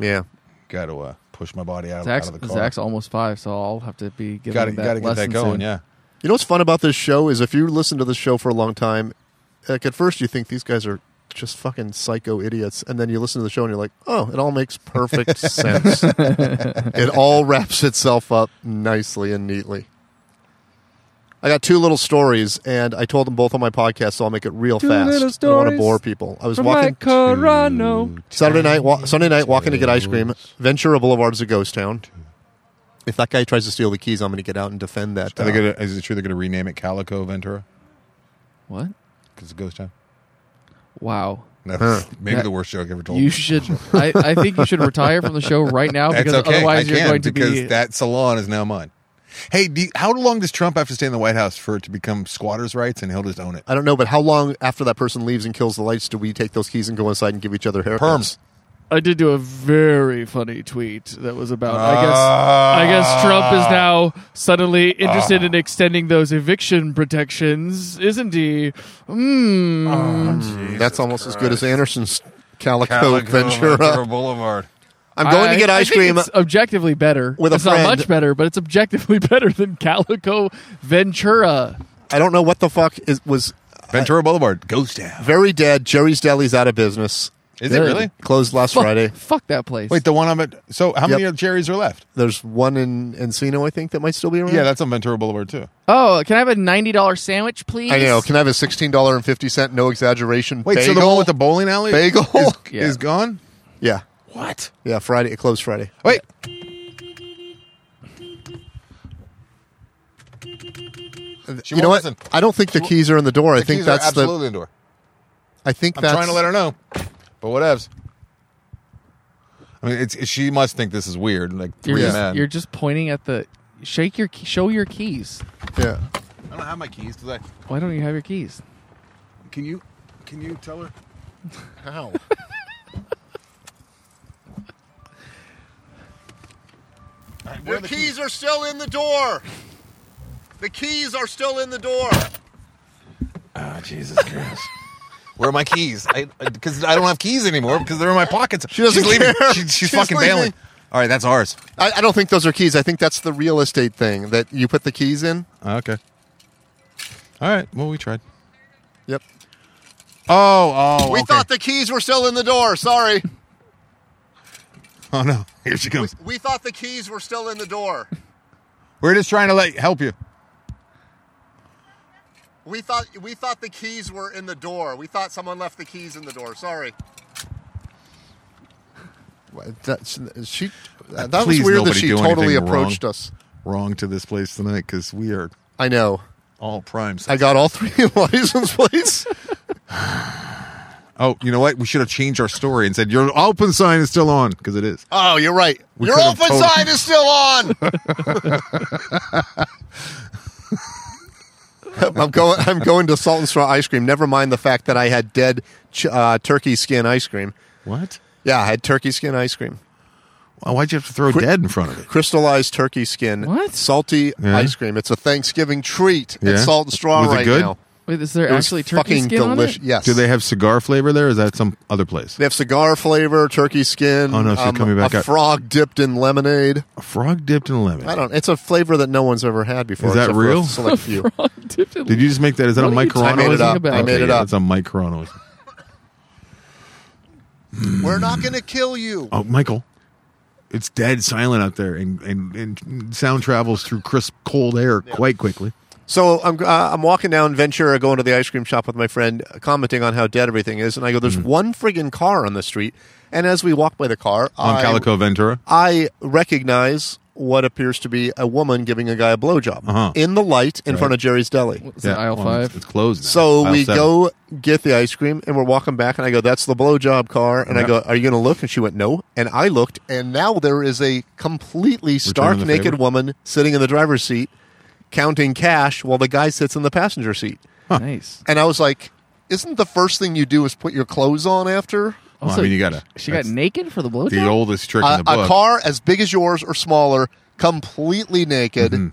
Yeah. got to uh, push my body out, out Zach's, of the car. Zach's almost five, so I'll have to be giving got to him that got to get that lesson going. soon. Yeah, You know what's fun about this show is if you listen to this show for a long time, like at first you think these guys are just fucking psycho idiots, and then you listen to the show and you're like, oh, it all makes perfect sense. it all wraps itself up nicely and neatly. I got two little stories, and I told them both on my podcast, so I'll make it real Two fast. little I don't want to stories bore people. I was From my walking Corano. Saturday night, wa- Sunday night, walking to get ice cream. Ventura Boulevard is a ghost town. If that guy tries to steal the keys, I'm going to get out and defend that. Are they uh, gonna, is it true they're going to rename it Calico Ventura What? because it's a ghost town? Wow. That was maybe the worst joke ever told. You should. I, I think you should retire from the show right now That's because okay. otherwise I you're can going to because be. that salon is now mine. Hey, do you- how long does Trump have to stay in the White House for it to become squatters' rights, and he'll just own it? I don't know, but how long after that person leaves and kills the lights do we take those keys and go inside and give each other haircuts? Perms. I did do a very funny tweet that was about. I guess. I guess Trump is now suddenly interested in extending those eviction protections, isn't he? Mm. That's almost as good as Anderson's Calico, Calico Ventura. Boulevard. I'm going I- to get I ice think cream. It's objectively better. with a it's friend. not much better, but it's objectively better than Calico Ventura. I don't know what the fuck is, was Ventura Boulevard, Ghost Town. very dead. Jerry's Deli's out of business. Is it really? Closed last Fuck, Friday. fuck that place. Wait, the one on it. So, how many Yep. Jerry's are left? There's one in Encino, I think, that might still be around. Yeah, that's on Ventura Boulevard too. oh, can I have a ninety dollars sandwich, please? I know. Can I have a sixteen dollar and fifty cent, no exaggeration? Wait, bagel? so the one with the bowling alley Bagel? is, Yeah. is gone. yeah, What? yeah. Friday. It closed Friday. Wait, She you know won't what? listen. I don't think the keys are in the door. I The think keys are that's absolutely the. indoor. I think I'm that's. trying to let her know, but whatevs. I mean, it's it- she must think this is weird. Like You're, three just, men. you're just pointing at the shake your key- show your keys. Yeah. I don't have my keys. Do I? Why don't you have your keys? Can you? Can you tell her? How? where are Your the keys are still in the door. The keys are still in the door. Oh, Jesus Christ. Where are my keys? Because I, don't have keys anymore because they're in my pockets. She doesn't she's leaving. care. She, she's, She's fucking leaving. bailing. All right, that's ours. I, I don't think those are keys. I think that's the real estate thing that you put the keys in. Okay. All right. Well, we tried. Yep. Oh, oh. We okay. thought the keys were still in the door. Sorry. Oh no! Here she comes. we thought the keys were still in the door. We're just trying to let help you. We thought we thought the keys were in the door. We thought someone left the keys in the door. Sorry. That's, she, Uh, that that was Please weird that nobody she do totally anything wrong. approached us. Wrong to this place tonight because we are I know. all prime. I got all three license plates. Oh, you know what? We should have changed our story and said your open sign is still on because it is. Oh, you're right. We Your could've open told- sign is still on. I'm going. I'm going to salt and straw ice cream. Never mind the fact that I had dead ch- uh, turkey skin ice cream. What? Yeah, I had turkey skin ice cream, Well, why'd you have to throw dead in front of it? crystallized turkey skin, What? salty Yeah. ice cream. It's a Thanksgiving treat Yeah. at Salt and Straw Was it right good? now. Wait, is there It was actually turkey fucking skin on delicious. it? Yes. Do they have cigar flavor there? Or is that some other place? They have cigar flavor, turkey skin. um, Oh, no, she's coming back A up. frog dipped in lemonade. A frog dipped in lemon. I don't. It's a flavor that no one's ever had before. Is that except for a real? select few. Dipped in- Did you just make that? Is that What a are Mike you talking Carano? I made it up. about? I made Okay, it yeah, up. That's a Mike Carano. We're not going to kill you. Oh, Michael, it's dead silent out there, and, and, and sound travels through crisp, cold air quite quickly. So I'm uh, I'm walking down Ventura, going to the ice cream shop with my friend, commenting on how dead everything is, and I go, Mm-hmm. "There's one friggin' car on the street." And as we walk by the car, On I, Calico Ventura. I recognize what appears to be a woman giving a guy a blowjob Uh-huh. in the light in front of Jerry's Deli. Is it aisle well, five? It's, it's closed. now. So Aisle we seven. go get the ice cream, and we're walking back, and I go, "That's the blowjob car." And Yeah. I go, "Are you going to look?" And she went, "No." And I looked, and now there is a completely stark the naked favor? woman sitting in the driver's seat, counting cash, while the guy sits in the passenger seat. Nice. And I was like, "Isn't the first thing you do is put your clothes on after?" Well, I mean, you gotta. She got that's naked for the the blowjob. oldest trick in A, the a book. car as big as yours or smaller, completely naked, and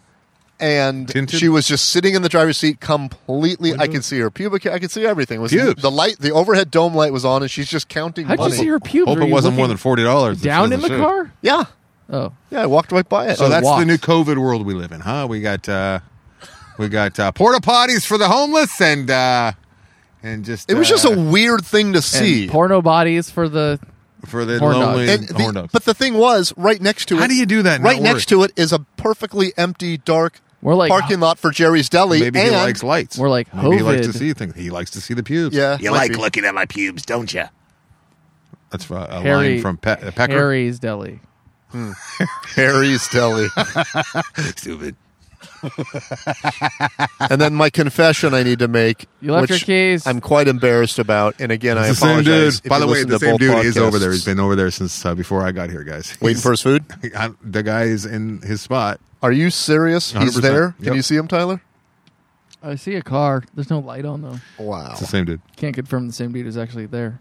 Mm-hmm. Tinted? she was just sitting in the driver's seat, completely. I could see her pubic. hair, I could see everything. It Was Pubes. the light, the overhead dome light was on, and she's just counting How'd you money. see her pubes? Hope Were it you wasn't more looking than forty dollars. down in the car. Yeah, Oh, yeah. I walked right by it. So I that's the walked. new COVID world we live in, huh? We got uh we got uh, porta potties for the homeless and uh and just It was uh, just a weird thing to see. and porno bodies for the for the Horn dogs. lonely And the- horn dogs. but the thing was, right next to it. How do you do that and Right not worry? next to it is a perfectly empty, dark We're like- parking lot for Jerry's Deli. Maybe he and- likes lights. We're like Maybe he likes to Hovid. see things. He likes to see the pubes. Yeah, You might like be. looking at my pubes, don't you? that's uh, a Harry line from Pe- uh, Pecker. Harry's Deli. Harry's Deli. Stupid. and then my confession I need to make. You left your which keys. I'm quite embarrassed about. And again, I the same apologize. dude. if By you the way, listen the to same both dude is over podcasts. there. He's been over there since uh, before I got here, guys. waiting for his food. I'm- the guy is in his spot. Are you serious? He's 100%. there. Can Yep. you see him, Tyler? I see a car. There's no light on though. Wow. It's the same dude. Can't confirm the same dude is actually there.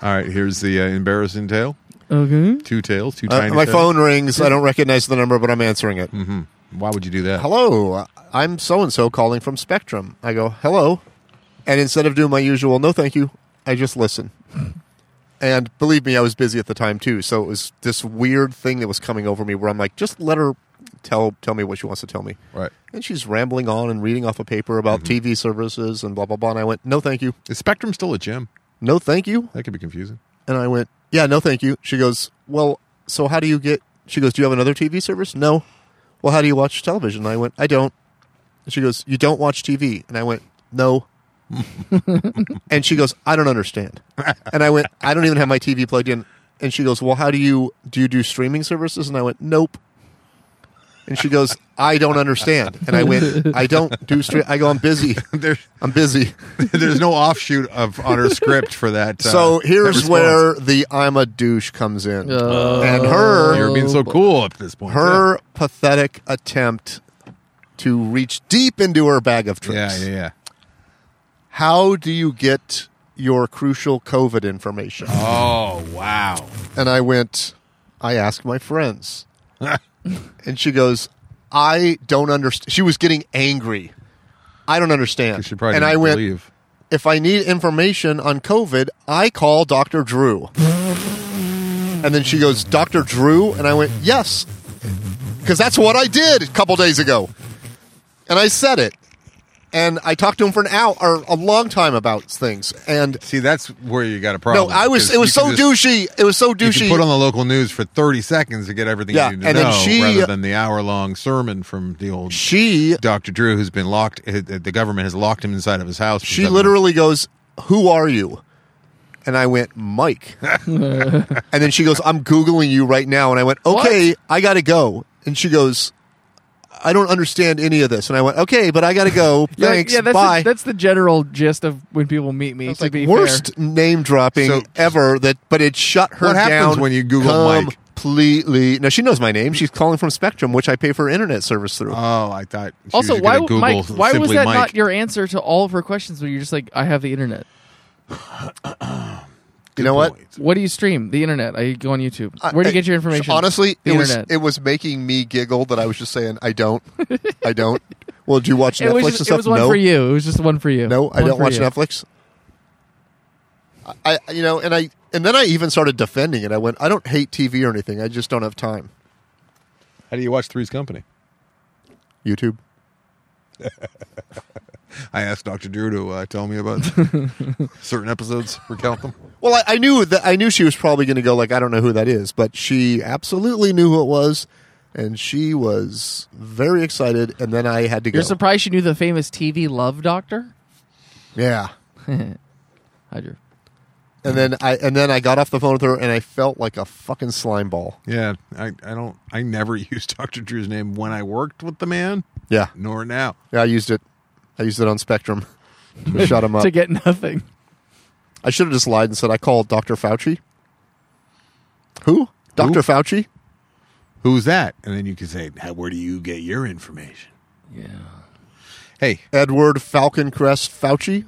All right, here's the uh, embarrassing tale. Okay. Two tails, two Uh, tiny. my tails. phone rings. I don't recognize the number, but I'm answering it. Why would you do that? Hello, I'm so and so calling from Spectrum. I go, hello. And instead of doing my usual, no thank you, I just listen. And believe me, I was busy at the time too. So it was this weird thing that was coming over me where I'm like, just let her tell tell me what she wants to tell me. Right. And she's rambling on and reading off a paper about TV services and blah blah blah. And I went, no thank you, Is Spectrum still a gym? no thank you. That could be confusing. And I went, Yeah, no, thank you. She goes, Well, so how do you get. She goes, Do you have another TV service? No. Well, how do you watch television? And I went, I don't. And she goes, You don't watch TV? And I went, No. and she goes, I don't understand. And I went, I don't even have my TV plugged in. And she goes, Well, how do you. Do you do streaming services? And I went, Nope. And she goes, I don't understand. And I went, I don't do stream. I go, I'm busy. There, I'm busy. there's no offshoot of on her script for that. Uh, So that here's response. Uh, where the I'm a douche comes in. Oh. and her you're being so cool up to this point. her pathetic attempt to reach deep into her bag of Yeah, tricks. yeah, yeah. How do you get your crucial COVID information? Oh wow. And I went, I asked my friends. and she goes, I don't understand. She was getting angry. I don't understand. She probably and I didn't went, believe. if I need information on COVID, I call Dr. Drew. And then she goes, Dr. Drew? And I went, yes, because that's what I did a couple days ago. And I said it. And I talked to him for an hour, or a long time about things. And See, that's where you got a problem. no, I was, 'cause it was you so can just- douchey. It was so You douchey. can put on the local news for 30 seconds to get everything Yeah, you need to and know then she- rather than the hour long sermon from the old she, Dr. Drew who's been locked. uh, The government has locked him inside of his house. for she seven literally goes, who are you? And I went, Mike. And then she goes, I'm Googling you right now. And I went, okay, I got to go. And she goes, I don't understand any of this. And I went, okay, but I got to go. Yeah, Thanks. yeah, that's Bye. The, that's the general gist of when people meet me. It's to like be worst name dropping So- ever. That, but it shut her What happens down when you Google Mike? completely. Now she knows my name. She's calling from Spectrum, which I pay for internet service through. Oh, I thought. She Fair. Also, was why gonna Google Mike, why was simply that Mike. not your answer to all of her questions? When you're just like, I have the internet. you know what? point. What do you stream? The internet. I go on YouTube. Where do you I- get your information? Honestly, the it was internet. it was making me giggle that I was just saying, I don't, I don't. Well, do you watch It Netflix was, and just, stuff? it was one no, for you. It was just one for you. No, I One don't for watch you. Netflix. I, I- you know, and I, and then I even started defending it. I went, I don't hate TV or anything. I just don't have time. How do you watch Three's Company? YouTube. I asked Dr. Drew to uh, tell me about certain episodes, recount them. Well, I, I knew that I knew she was probably going to go like, I don't know who that is, but she absolutely knew who it was, and she was very excited. And then I had to You're go. surprised you knew the famous TV love doctor? yeah. Hi, Drew. And then I and then I got off the phone with her, and I felt like a fucking slime ball. Yeah, I, I don't. I never used Dr. Drew's name when I worked with the man, Yeah. nor now. Yeah, I used it. I used it on Spectrum. We shot him up. To get nothing. I should have just lied and said I called Dr. Fauci. Who? Dr. Who? Fauci? Who's that? And then you can say, "How- "Where do you get your information?" Yeah. Hey, Edward Falcon Crest Fauci?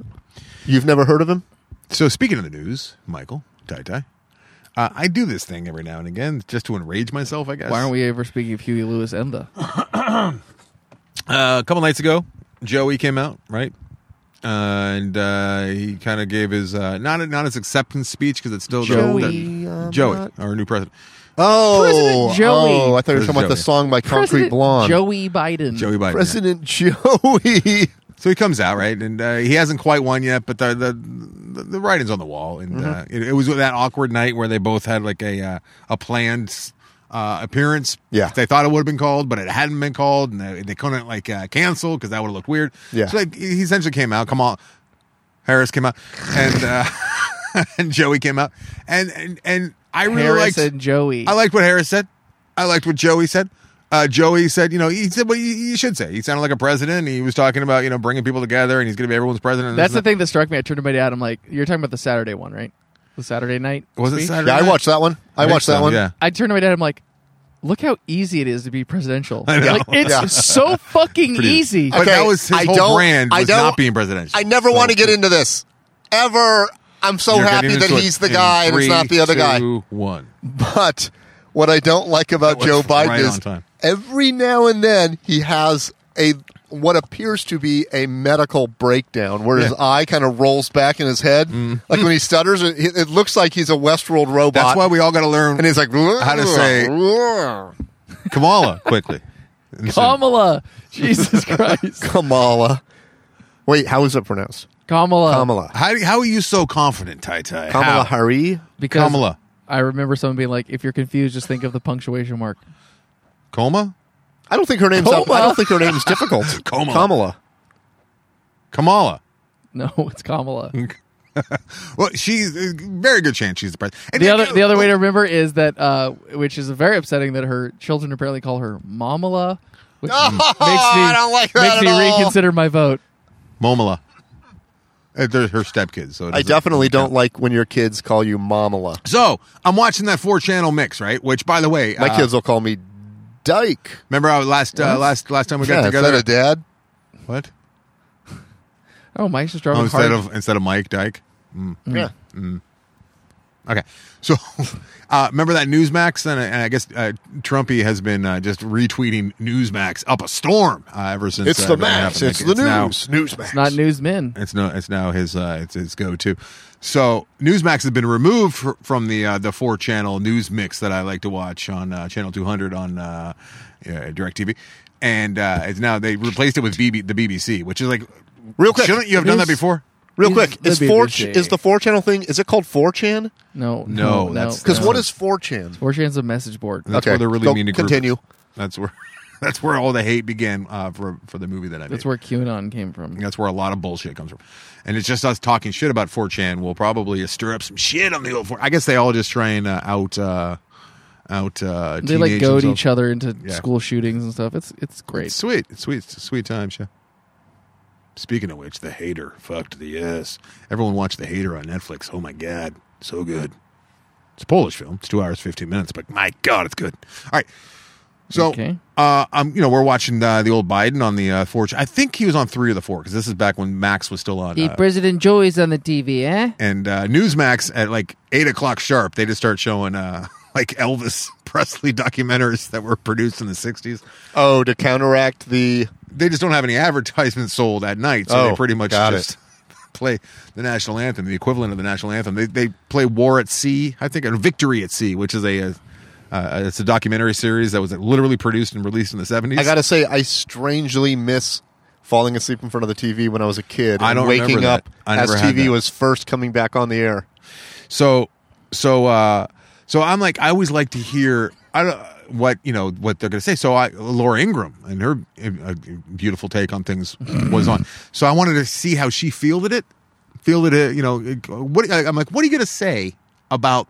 You've never heard of him? so speaking of the news, Michael Tai Tai, uh, I do this thing every now and again just to enrage myself. I guess. Why aren't we ever speaking of Huey Lewis and the? Uh, a couple nights ago, Joey came out, right? Uh, and uh, he kind of gave his uh, not not his acceptance speech because it's still Joey, the, the, I'm Joey, not- our new president, Oh, President Joey. oh, I thought you were talking about President the Joey. song by Concrete President Blonde. Joey Biden. Joey Biden. yeah. President Joey. So he comes out, right, and uh, he hasn't quite won yet, but the the, the, the writing's on the wall, and uh, it, it was that awkward night where they both had like a uh, a planned uh, appearance. Yeah. they thought it would have been called, but it hadn't been called, and they, they couldn't like uh, cancel because that would have looked weird. Yeah. so like, he essentially came out. Come on, Harris came out, and uh, and Joey came out, and and, and I really Harris liked and Joey. I liked what Harris said. I liked what Joey said. uh, Joey said, you know, he said what you, you should say. He sounded like a president. He was talking about, you know, bringing people together and he's going to be everyone's president. and That's this the and that. thing that struck me. I turned to my dad. I'm like, you're talking about the Saturday one, right? The Saturday night. Was it speech? Saturday? Yeah, I night? watched that one. I, think watched that so, one. Yeah. I turned to my dad. I'm like, look how easy it is to be presidential. know. Like it's Yeah. so fucking Pretty- easy. But Okay, that was his I whole don't- brand I was don't- not being presidential. I never So- want to get into this ever. I'm so You're happy getting that into it he's the in guy and it's not three, the other guy. two, one. But what I don't like about That was Joe Biden right on is time. every now and then he has a what appears to be a medical breakdown where his Yeah. Mm-hmm. eye kind of rolls back in his head. Like when he stutters, it, it looks like he's a Westworld robot. That's why we all got to learn and he's like, How to say- Kamala quickly. Kamala, Jesus Christ, Kamala. Wait, how is it pronounced? Uh, Kamala, Kamala. How, how are you so confident, Tai Tai? Kamala How? Hari. Because Kamala. I remember someone being like, if you're confused, just think of the punctuation mark. Coma? I don't think her name's. I Kamala. don't think her name's difficult. Kamala. Kamala. Kamala. No, it's Kamala. Well, she's uh, very good chance she's the president. And The then- other the other way to remember is that uh, which is very upsetting that her children apparently call her Mamala, which Oh, makes me I don't like that makes at me all. reconsider my vote. Momala. Uh, They're her stepkids. So it I doesn't- definitely don't like when your kids call you Mamala. So I'm watching that four channel mix, right? Which, by the way, My uh, kids will call me Dyke. Remember our last uh, What? last last time we got Yeah, is together? that a dad? what? Oh, Mike's just Oh, driving instead hard. of instead of Mike Dyke. Mm. Yeah. Okay, so uh, remember that Newsmax, and, I- and I guess uh, Trumpy has been uh, just retweeting Newsmax up a storm uh, ever since. It's uh, the everything Max. happened. It's the now- news. Newsmax. It's not newsmen. It's no, it's now his uh, it's his go-to. So Newsmax has been removed fr- from the uh, the four channel news mix that I like to watch on uh, channel 200 on uh, uh, Directv, and uh, it's now they replaced it with BB, the BBC, which is like Real quick. Shouldn't you have done that News- before? Real He's quick, the is four BBC. is the four channel thing? Is it called four chan? No, No, no, no. that's- Because No. what is four chan? Fortune's a message board. That's Okay, where the really go- mean to group continue. is. That's where that's where all the hate began uh, for for the movie that I made. That's where QAnon came from. That's where a lot of bullshit comes from. And it's just us talking shit about 4chan will probably stir up some shit on the old 4 I guess they all just try and uh, out uh, out uh, They like teenage goad themselves. each other into Yeah. school shootings and stuff. It's it's great. It's sweet. It's sweet. It's sweet times, yeah. Speaking of which, the hater fucked the ass. Everyone watched the hater on Netflix. Oh my god, so good. It's a Polish film. It's two hours fifteen minutes, but my god, it's good. All right. So, Okay. uh, um, you know, we're watching uh, the old Biden on the uh, four. I think he was on three of the four because this is back when Max was still on. The uh, President Joey's on the TV, eh? and uh, Newsmax at like eight o'clock sharp, they just start showing uh, like Elvis Presley documentaries that were produced in the '60s. Oh, to counteract the They just don't have any advertisements sold at night, so they Oh, pretty much got just it. play the national anthem, the equivalent of the national anthem. They they play War at Sea, I think, and Victory at Sea, which is a. Uh, uh, it's a documentary series that was literally produced and released in the 70s. I gotta say, I strangely miss falling asleep in front of the TV when I was a kid. I and don't remember waking that. up I as never had TV that. was first coming back on the air. So, so, uh, so I'm like, I always like to hear, I don't what you know what they're going to say. So I, Laura Ingram and her uh, beautiful take on things was on. So I wanted to see how she fielded it, fielded it. You know, eh, what I'm like, what are you going to say about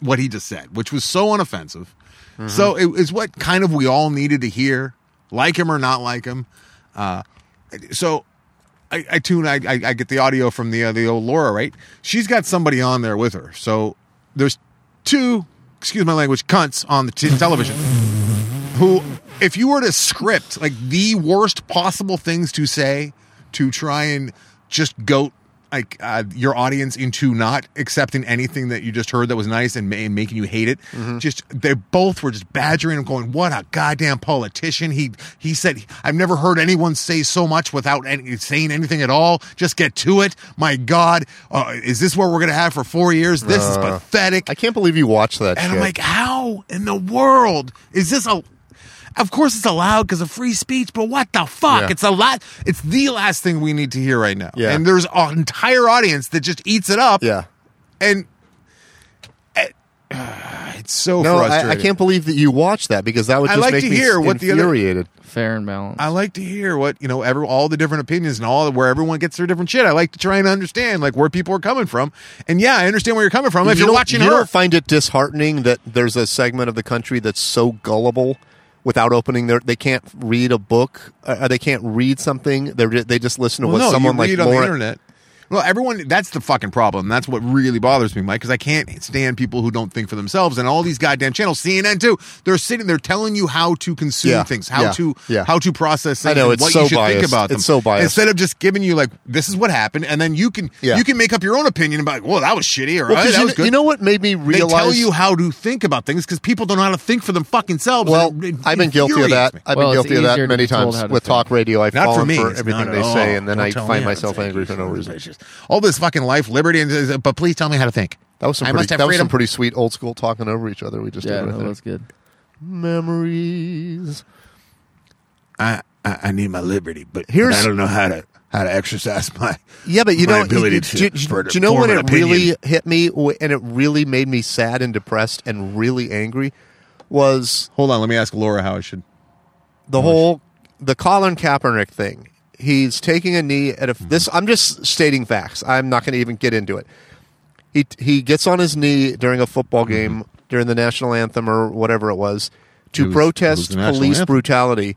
what he just said, which was so unoffensive. So it is what kind of we all needed to hear, like him or not like him. Uh, so I, I tune. I, I I get the audio from the uh, the old Laura. Right, she's got somebody on there with her. So there's two, excuse my language, cunts on the t- television. Who, if you were to script like the worst possible things to say to try and just goat like uh, your audience into not accepting anything that you just heard that was nice and, ma- and making you hate it, just they both were just badgering him, going, "What a goddamn politician!" He he said, "I've never heard anyone say so much without any, saying anything at all. Just get to it, my God! Uh, is this what we're gonna have for four years? This is pathetic." I can't believe you watched that. And shit. I'm like, how in the world is this a? Of course, it's allowed because of free speech, but what the fuck? Yeah. It's a lot. It's the last thing we need to hear right now. Yeah. And there's an entire audience that just eats it up. yeah. And eh, it's so No, frustrating. I, I can't believe that you watched that because that would I just like make to me hear s- what the other- infuriated. Fair and balanced. I like to hear what you know, every all the different opinions and all where everyone gets their different shit. I like to try and understand like where people are coming from. And yeah, I understand where you're coming from. If you you are don't- watching you her, don't find it disheartening that there's a segment of the country that's so gullible without opening their. They can't read a book. Uh, they can't read something. They they just listen to Well, what no, someone you read like on the Lauren. internet. Well, everyone, that's the fucking problem. That's what really bothers me, Mike, because I can't stand people who don't think for themselves. And all these goddamn channels, CNN too, they're sitting there telling you how to consume Yeah, things, how yeah, to yeah. how to process I things, know, and it's what so you should think biased. about them. It's so biased. Instead of just giving you like this is what happened, and then you can Yeah. you can make up your own opinion about well that was shitty or Well, "Oh, 'cause that you, was kn- good. you know what made me they realize? tell you how to think about things because people don't know how to think for them fucking selves. well, and it- it I've been guilty of infuriates that. me. I've Well, been it's guilty of that easier to many be told times how to with think. talk radio. I've Not fallen for me. It's everything not they at say, all. and then Don't I tell me find how to myself think. angry for no reason. All this fucking life, liberty, and uh, but please tell me how to think. That was some I pretty, must have that was some freedom. pretty sweet old school talking over each other. We just Yeah, did right no, there. that's good. memories. I, I I need my liberty, but Here's- but I don't know how to how to exercise my. Yeah, but you my know, ability you- to- do, do- for do to you know form when an it really opinion. hit me, w- and it really made me sad and depressed and really angry, was Hold on, let me ask Laura how I should. the whole the Colin Kaepernick thing. He's taking a knee at a Mm-hmm. this. I'm just stating facts. I'm not going to even get into it. He he gets on his knee during a football Mm-hmm. game during the national anthem or whatever it was to was- it was protest the national police anthem. brutality.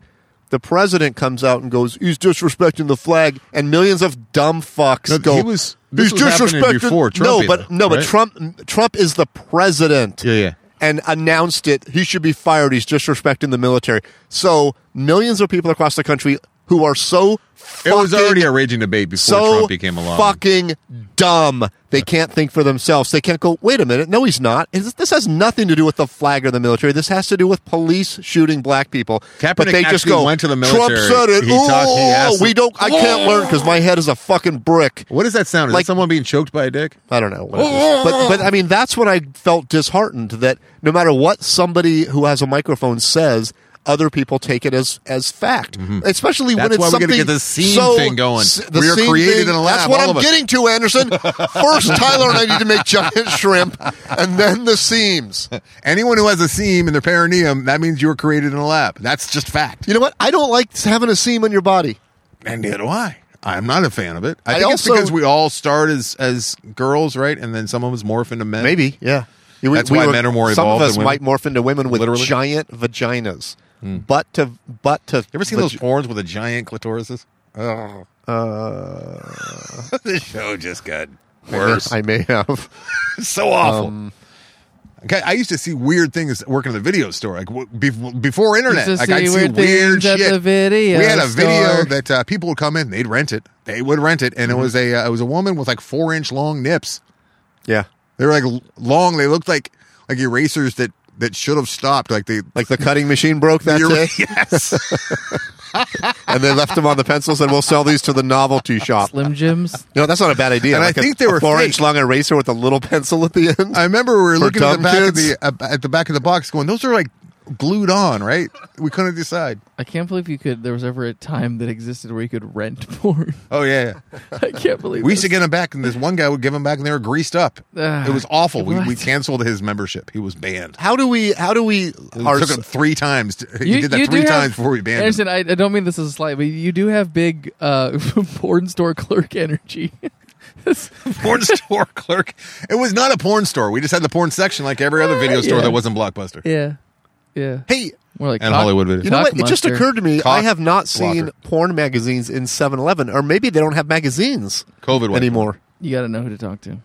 The president comes out and goes, "He's disrespecting the flag," and millions of dumb fucks No, go, he was- this was happening before Trump no, either, but no, but right? Trump Trump is the president Yeah, yeah. and announced it. He should be fired. He's disrespecting the military. So millions of people across the country who are so It fucking, was already a raging debate before so Trump became along. fucking dumb. They can't think for themselves. They can't go. Wait a minute. No, he's not. This this has nothing to do with the flag or the military. This has to do with police shooting black people. but Kaepernick they just actually go. went to the Trump military. said it. He taught- he oh, asked we them- don't. I can't learn because my head is a fucking brick. What does that sound? Is Like- that someone being choked by a dick? I don't know. What it is. But but I mean that's when I felt disheartened that no matter what somebody who has a microphone says, other people take it as as fact. Especially when Mm-hmm. That's it's why we gotta something get the scene so- thing going. s- the We are scene created in thing- a That's lab, what all I'm of us. getting to, Anderson. First Tyler and I need to make giant shrimp and then the seams. Anyone who has a seam in their perineum, that means you were created in a lab. That's just fact. You know what? I don't like having a seam on your body. And neither do I. I'm not a fan of it. I I think it's also- because we all start as as girls, right? And then some of us morph into men. Maybe, yeah. We- That's we why were- men are more Some of evolved us than might women. morph into women with Literally. Hmm. giant vaginas, butt to butt to. You ever seen those horns with the giant clitorises? Oh. the show just got worse. I may have. so awful. um, okay, I used to see weird things working at the video store, like w- bef- before internet. Used to like I'd see see weird weird, things at shit. the video we had a video store. Mm-hmm. that uh, people would come in, they'd rent it, they would rent it, and it was a uh, it was a woman with like four inch long nips. Yeah. They were like l- long. They looked like like erasers that that should have stopped. Like they Like the cutting machine broke that You're- day, yes. and they left them on the pencils, and we'll sell these to the novelty shop. Slim Jims. No, that's not a bad idea. And I Like a- think they a were four-inch fake. long eraser with a little pencil at the end. I remember we were For looking at the dumb back kids? of the uh, at the back of the box, going, "Those are like glued on, right?" We couldn't decide. I can't believe you could. There was ever a time that existed where you could rent porn. Oh yeah, yeah. I can't believe we used to this. get them back, and this one guy would give them back, and they were greased up. Ah, it was awful. We, we what? canceled his membership. He was banned. how do we? How do we? It Our, took him three times. To, he did that do three have- times before we banned him. Anderson, I, I don't mean this as a slight, but you do have big uh, porn store clerk energy. This- Porn store clerk. It was not a porn store. We just had the porn section like every other video store yeah. that wasn't Blockbuster. yeah, yeah. hey, More like And cock- Hollywood videos. you know cock what? It just monster. occurred to me. I Cock have not seen blocker. porn magazines in 7-Eleven, or maybe they don't have magazines COVID wiped anymore. You got to know who to talk to.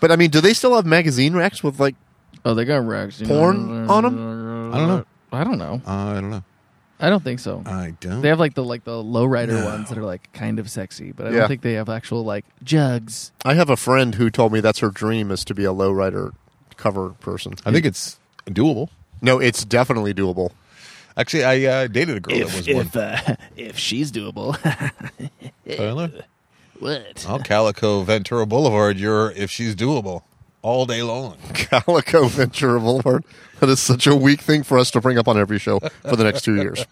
But I mean, do they still have magazine racks with like? Oh, they got rags. you Porn know. on I don't know. I don't know. I don't know. I don't think so. I don't. They have like the like the lowrider ones that are like kind of sexy, but I Yeah. don't think they have actual like jugs. I have a friend who told me that's her dream is to be a lowrider cover person. I think it's doable. No, it's definitely doable. Actually, I uh, dated a girl that was one. uh, if she's doable, Tyler? what? I'll calico Ventura Boulevard. Your if she's doable all day long. Calico Ventura Boulevard. That is such a weak thing for us to bring up on every show for the next two years.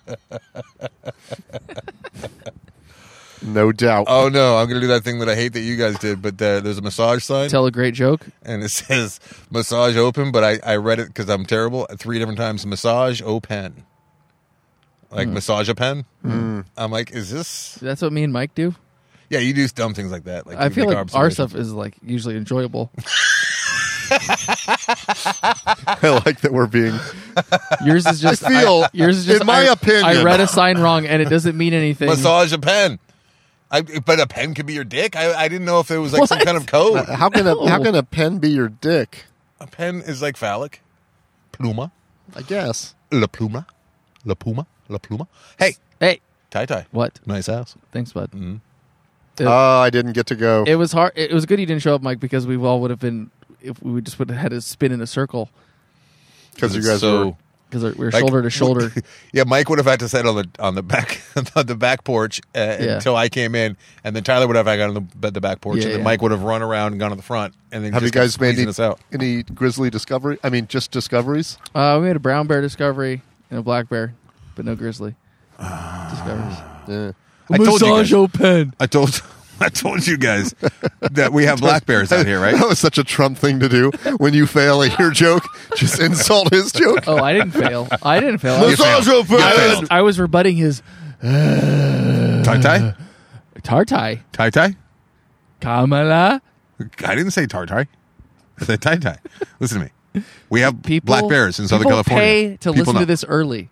No doubt. Oh no, I'm gonna do that thing that I hate that you guys did. But uh, there's a massage sign Tell a great joke. and it says massage open, but I, I read it because I'm terrible three different times. Massage open, Hmm. like massage a pen. I'm like, is this? That's what me and Mike do. Yeah, you do dumb things like that. Like I you feel make like our observations. stuff is like usually enjoyable. I like that we're being. Yours is just I feel, yours is just in my I- opinion- I read a sign wrong and it doesn't mean anything. Massage a pen. I, but a pen could be your dick. I, I didn't know if it was like some What? kind of code. uh, How can a how No. can a pen be your dick? A pen is like phallic. Pluma. I guess. La pluma. La puma. La pluma. Hey, Hey, tie tie. what? Nice house. Thanks, bud. Oh, It- I didn't get to go. It was hard. It was good you didn't show up, Mike, because we all would have been if we would just would have had to spin in a circle Because you guys so, were- because we were like, shoulder to shoulder. yeah, Mike would have had to sit on the on the back on the back porch uh, until I came in, and then Tyler would have had to go on the, the back porch, Yeah, and then yeah. Mike would have run around and gone to the front, and then Have you just kept guys made squeezing any, us out. any grizzly discovery? I mean, just discoveries. Uh, we had a brown bear discovery and a black bear, but no grizzly discoveries. Yeah. Ah. I told you guys. open. I told I told you guys that we have black bears out here, right? That was such a Trump thing to do. When you fail at your joke, just insult his joke. Oh, I didn't fail. I didn't fail. I You was, failed. Massage open. You I failed. was, I was rebutting his Tie tie? tartai. Tie tie? Kamala. I didn't say tar tie. I said tie tie. Listen to me. We have People, black bears in Southern people California. Pay People to listen know. to this early.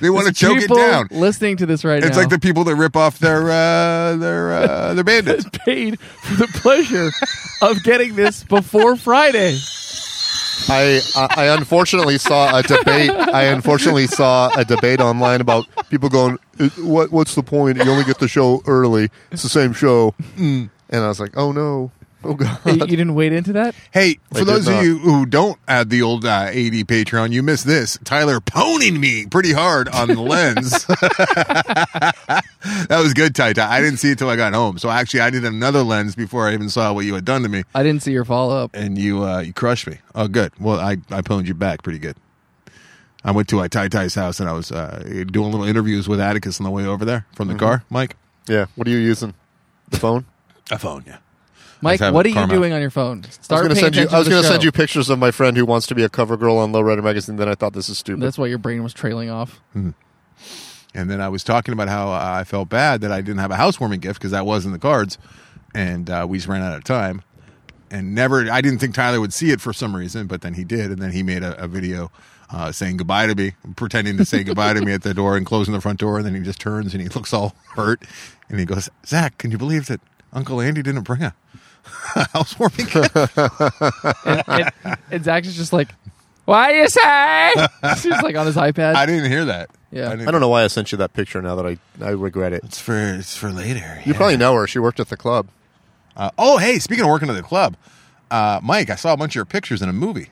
They want to choke it people down. Listening to this right It's now. like the people that rip off their uh, their uh, their bandits. paid for the pleasure of getting this before Friday. I, I I unfortunately saw a debate. I unfortunately saw a debate online about people going, "Uh, "What what's the point? You only get the show early. It's the same show." Hmm. And I was like, "Oh no, oh You, god." you didn't wade into that? Hey, for I did those of not. you who don't add the old uh, AD Patreon, you missed this. Tyler poning me pretty hard on the lens. that was good, Ty. Ty. I didn't see it till I got home. So actually, I did another lens before I even saw what you had done to me, I didn't see your follow up. and you uh, you crushed me. Oh, good. Well, I I pwned you back pretty good. I went to uh, Ty Ty's house and I was uh, doing little interviews with Atticus on the way over there from the car. Mike, yeah. What are you using? The phone. I phone you. Mike, have it, what are you Karma. doing on your phone? I Start was going to paying send you. attention I was to the going to send show. you pictures of my friend who wants to be a cover girl on Lowrider magazine. Then I thought this is stupid. That's why your brain was trailing off. And then I was talking about how I felt bad that I didn't have a housewarming gift because that was in the cards, and uh, we just ran out of time. And never, I didn't think Tyler would see it for some reason, but then he did, and then he made a, a video uh, saying goodbye to me, pretending to say goodbye to me at the door and closing the front door, and then he just turns and he looks all hurt, and he goes, "Zach, can you believe that Uncle Andy didn't bring a housewarming gift?" and, and Zach is just like, "Why you say?" She's like on his iPad. I didn't hear that. Yeah. didn't- I don't know why I sent you that picture. Now that I I regret it. It's for it's for later. You yeah. probably know her. She worked at the club. Uh, oh, hey, speaking of working at the club, uh, Mike, I saw a bunch of your pictures in a movie.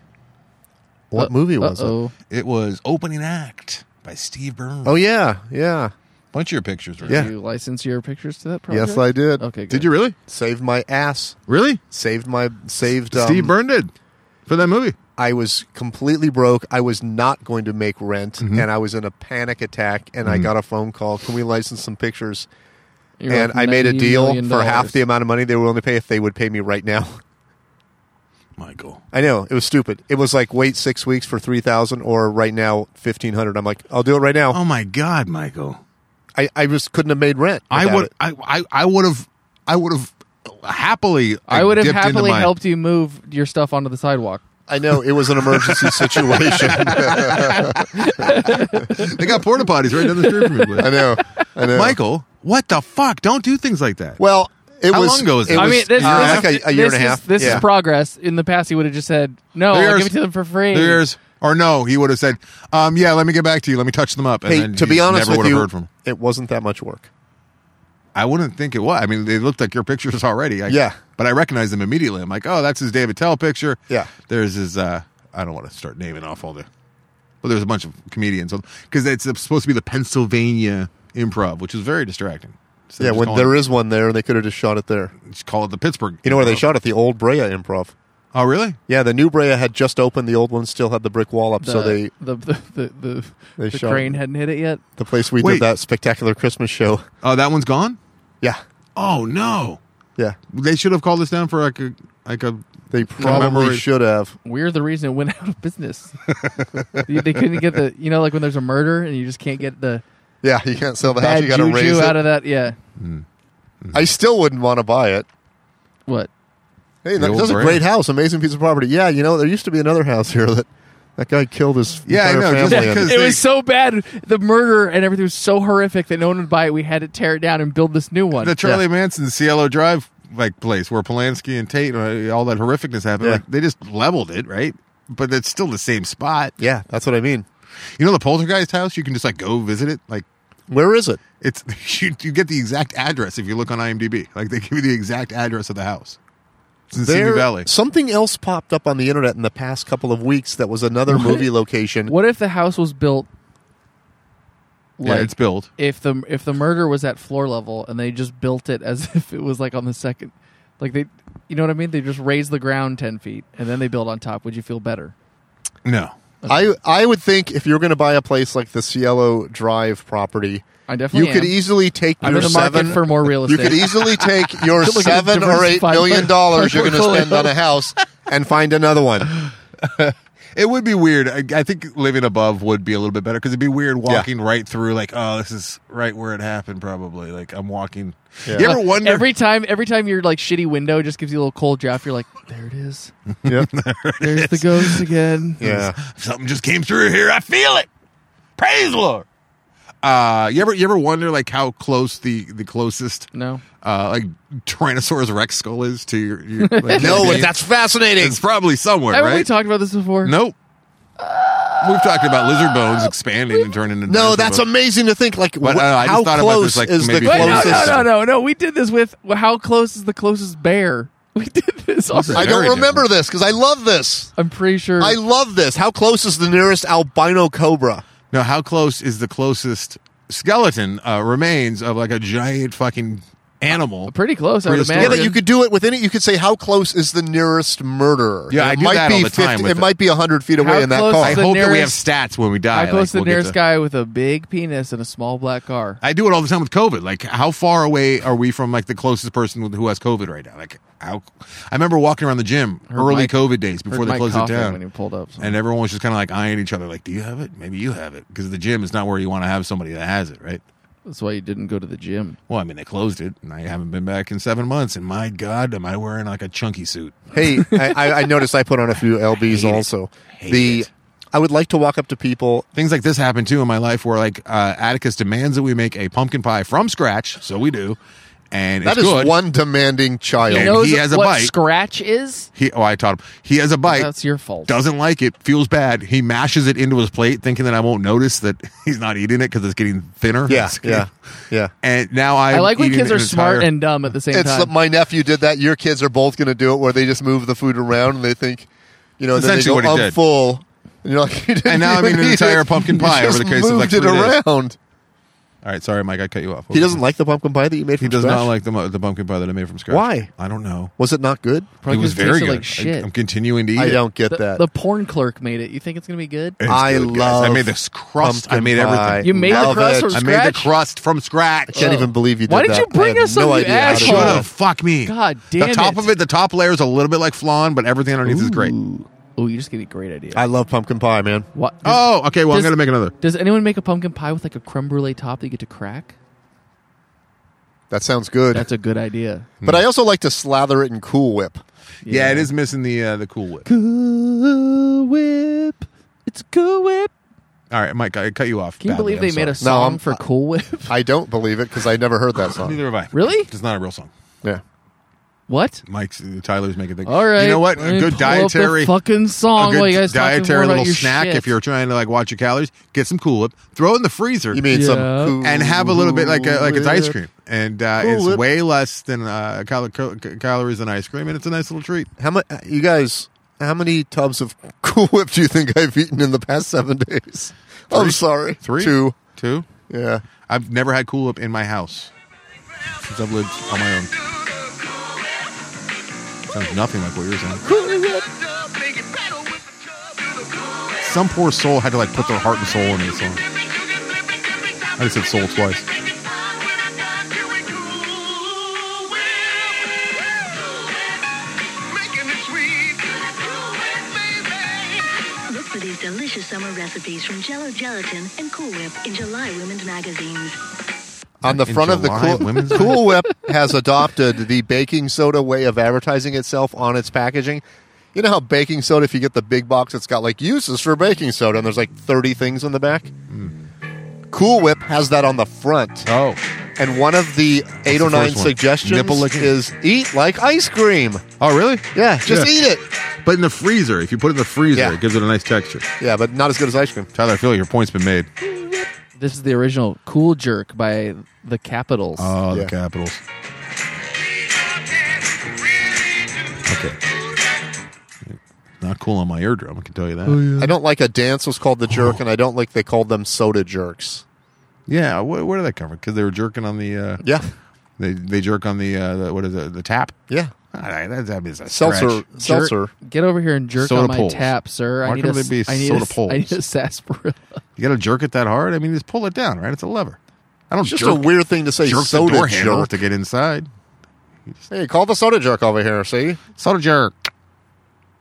What movie was it? Uh, Uh-oh. It was Opening Act by Steve Burns. Oh yeah, yeah. bunch of your pictures were. Yeah. You license your pictures to that project? Yes, I did. Okay, good. Did you really? Saved my ass. Really? Saved my saved. Um, Steve Burns did for that movie. I was completely broke. I was not going to make rent, Mm-hmm. and I was in a panic attack. And I got a phone call. Can we license some pictures? You're and like I made a $90 deal million for half the dollars. amount of money they were willing to pay if they would pay me right now. Michael. I know it was stupid. It was like wait six weeks for three thousand, or right now fifteen hundred. I'm like, I'll do it right now. Oh my God, Michael. I, I just couldn't have made rent. I without would. it. I. I. I would have. I would have happily. I would have dipped into happily my- helped you move your stuff onto the sidewalk. I know it was an emergency situation. They got porta potties right down the street from you. I know. I know. Michael, what the fuck? Don't do things like that. Well, it How was. long ago was it that? I was mean, this, a year this, and like a, a year this and a half. Is, this yeah. is progress. In the past, he would have just said, "No, I'll Here's- give it to them for free." There's or no, he would have said, um, "Yeah, let me get back to you. Let me touch them up." And Hey, then to you be honest never with would have you, heard from. him. it wasn't that much work. I wouldn't think it was. I mean, they looked like your pictures already. I, Yeah. But I recognized them immediately. I'm like, oh, that's his David Tell picture. Yeah. There's his, uh, I don't want to start naming off all the, but there's a bunch of comedians. Because it's supposed to be the Pennsylvania improv, which is very distracting. So yeah, just when call there it, is one there, they could have just shot it there. Just call it the Pittsburgh. You know where they Improv. shot it? The old Brea Improv. Oh, really? Yeah, the new Brea had just opened. The old one still had the brick wall up. the, so they, the the the, the, They the shot crane it. hadn't hit it yet. the place we Wait. did that spectacular Christmas show. Oh, that one's gone? Yeah, Oh, no. yeah. They should have called us down for like a, like a, They probably Commemorate. should have. we're the reason it went out of business. they they couldn't get the you know like when there's a murder and you just can't get the Yeah, you can't sell the house. bad You got to raise juju it. out of that. Yeah, I still wouldn't want to buy it. what? Hey, The that, old that's a brand. great house. Amazing piece of property. Yeah, you know, there used to be another house here that that guy killed his Yeah, I entire know, just family. in. because- It was so bad. The murder and everything was so horrific that no one would buy it. We had to tear it down and build this new one. the Charlie Manson Cielo Drive like place where Polanski and Tate uh, all that horrificness happened. Yeah. Like, they just leveled it, right? But it's still the same spot. yeah, that's what I mean. You know the Poltergeist house. You can just like go visit it. Like Where is it? it's you, you get the exact address if you look on IMDb. Like they give you the exact address of the house. It's in Simi There- Valley. Something else popped up on the internet in the past couple of weeks that was another movie location. What if the house was built? yeah, it's built. if the if the murder was at floor level and they just built it as if it was like on the second, like they, you know what I mean? They just raised the ground ten feet and then they built on top. Would you feel better? No, I I would think if you're going to buy a place like the Cielo Drive property, I you definitely. could am. easily take I'm your in the market seven for more real You estate. could easily take your Look at the seven or eight diversified million dollars you're going to portfolio. spend on a house and find another one. it would be weird. I, I think living above would be a little bit better because it'd be weird walking right through. Like, oh, this is right where it happened. Probably. Like I'm walking. Yeah. You ever wonder? every time, every time your like shitty window just gives you a little cold draft. You're like, there it is. Yeah, There's the ghost again. yeah. Something just came through here. I feel it. Praise the Lord. Uh, you ever you ever wonder like how close the the closest No. uh like Tyrannosaurus Rex skull is to your, your like, No, your- that's fascinating. it's probably somewhere, Haven't right? we talked about this before? nope. We've talked about lizard bones expanding and turning into No, dinosaur that's bones. amazing to think. Like, But, wh- uh, I just how thought about close this, like, is the maybe Wait, no, closest? no, no, no, no. We did this with well, how close is the closest bear? We did this already. I Very don't remember different. this because I love this. I'm pretty sure. I love this. How close is the nearest albino cobra? No, how close is the closest skeleton uh, remains of like a giant fucking animal? pretty close. I would Prehistoric. imagine. Yeah, but you could do it within it. You could say how close is the nearest murderer. Yeah, And I it do might that be all the time with it it. might be hundred feet away How in that close car. I the hope that we have nearest- stats when we die. I like, post we'll get the nearest to- guy with a big penis and a small black car. I do it all the time with COVID. Like, how far away are we from like the closest person with- who has COVID right now? Like, how? I remember walking around the gym early Mike- COVID days before Heard they Mike closed it coughing down, when he pulled up. so- and everyone was just kind of like eyeing each other, like, "Do you have it? Maybe you have it," because the gym is not where you want to have somebody that has it, right? That's why you didn't go to the gym. Well, I mean, they closed it, and I haven't been back in seven months. And my God, am I wearing like a chunky suit? Hey, I, I- I noticed I put on a few lbs Hate it. also. Hate the it. I would like to walk up to people. Things like this happen too in my life, where like uh, Atticus demands that we make a pumpkin pie from scratch, so we do, and That it's is good. one demanding child. And he has a what bite. scratch is. He, oh, I taught him. He has a bite. That's your fault. doesn't like it, feels bad. He mashes it into his plate, thinking that I won't notice that he's not eating it because it's getting thinner. Yeah, It's yeah, getting- yeah. And now I I like when kids are smart and dumb at the same It's time. that my nephew did that. Your kids are both going to do it, where they just move the food around and they think, you know, then they Essentially go, what he "I'm did." full," and you're like, you didn't And now I'm even eating an eat entire it. pumpkin You pie over just the course of, like, moved it three days. around. all right. Sorry, Mike, I cut you off. He doesn't like the pumpkin pie that you made. From He does scratch? not like the mu- the pumpkin pie that I made from scratch. Why? I don't know. Was it not good? Probably it was 'cause tasted very good. Like shit. I, am continuing to eat. I it. don't get the, that. the porn clerk made it. You think it's gonna be good? It's I good, guys. I love made this crust. I pumpkin made pie. everything. You made the Love crust it. from I scratch. made the crust from scratch. I can't even believe you. Did Why did that. you bring I have us some, no you idea how to asshole? do Shut that. up! Fuck me. God The damn top it. of it, the top layer is a little bit like flan, but everything underneath is great. Oh, you just gave me a great idea. I love pumpkin pie, man. what? Does, Oh, okay. Well, Does- I'm gonna make another. does anyone make a pumpkin pie with like a creme brulee top that you get to crack? That sounds good. That's a good idea. but I also like to slather it in Cool Whip. Yeah, it is missing the uh, the cool whip. Cool Whip. It's Cool Whip. All right, Mike, I cut you off. Can you badly. believe I'm they made sorry. a song I'm- for Cool Whip? I don't believe it because I never heard that song. Neither have I. Really? It's not a real song. Yeah. What? Mike's uh, Tyler's making things. All right. You know what? let A me good pull up the dietary, a fucking song. good while you guys talk more dietary about little your snack. shit. If you're trying to like watch your calories, get some Cool Whip, throw it in the freezer, You mean some Yeah. cool and have a little bit like a, like it's ice Whip. cream, and uh, Cool it's Whip. way less than uh, cal- cal- calories than ice cream, and it's a nice little treat. How much you guys? How many tubs of Cool Whip do you think I've eaten in the past seven days? i I'm sorry, Three, two. two. Yeah, I've never had Cool Whip in my house since I've lived on my own. Sounds nothing like what you're saying. Some poor soul had to like put their heart and soul into this song. I just said soul twice. Look for these delicious summer recipes from Jello Gelatin and Cool Whip in July Women's magazines. On the In front of the July, cool, Women's Day? cool Whip has adopted the baking soda way of advertising itself on its packaging. You know how baking soda, if you get the big box, it's got like uses for baking soda, and there's like 30 things on the back. Cool Whip has that on the front. Oh, And one of the eight or the nine first one. suggestions Nipple licking. is eat like ice cream. oh, really? Yeah, just eat it. But in the freezer, if you put it in the freezer, Yeah. it gives it a nice texture. Yeah, but not as good as ice cream. Tyler, I feel your point's been made. This is the original Cool Jerk by the Capitals. Oh, Yeah. the Capitals. Okay. Not cool on my eardrum, I can tell you that. I don't like a dance was called the jerk, and I don't like they called them soda jerks. Yeah, where, where did that come from? Because they were jerking on the. Uh, Yeah, They they jerk on the, uh, the what is it? The tap. yeah. Ah, that, that is a Seltzer, stretch. Jerk- seltzer. Get over here and jerk Soda on my poles. tap, sir. Why I need couldn't a, it be I need soda a, poles? I need a sarsaparilla. You got to jerk it that hard. I mean, just pull it down, right? It's a lever. I don't It's just jerk, a weird thing to say. jerk the soda door handle jerk. to get inside. Hey, call the soda jerk over here. See, Soda jerk.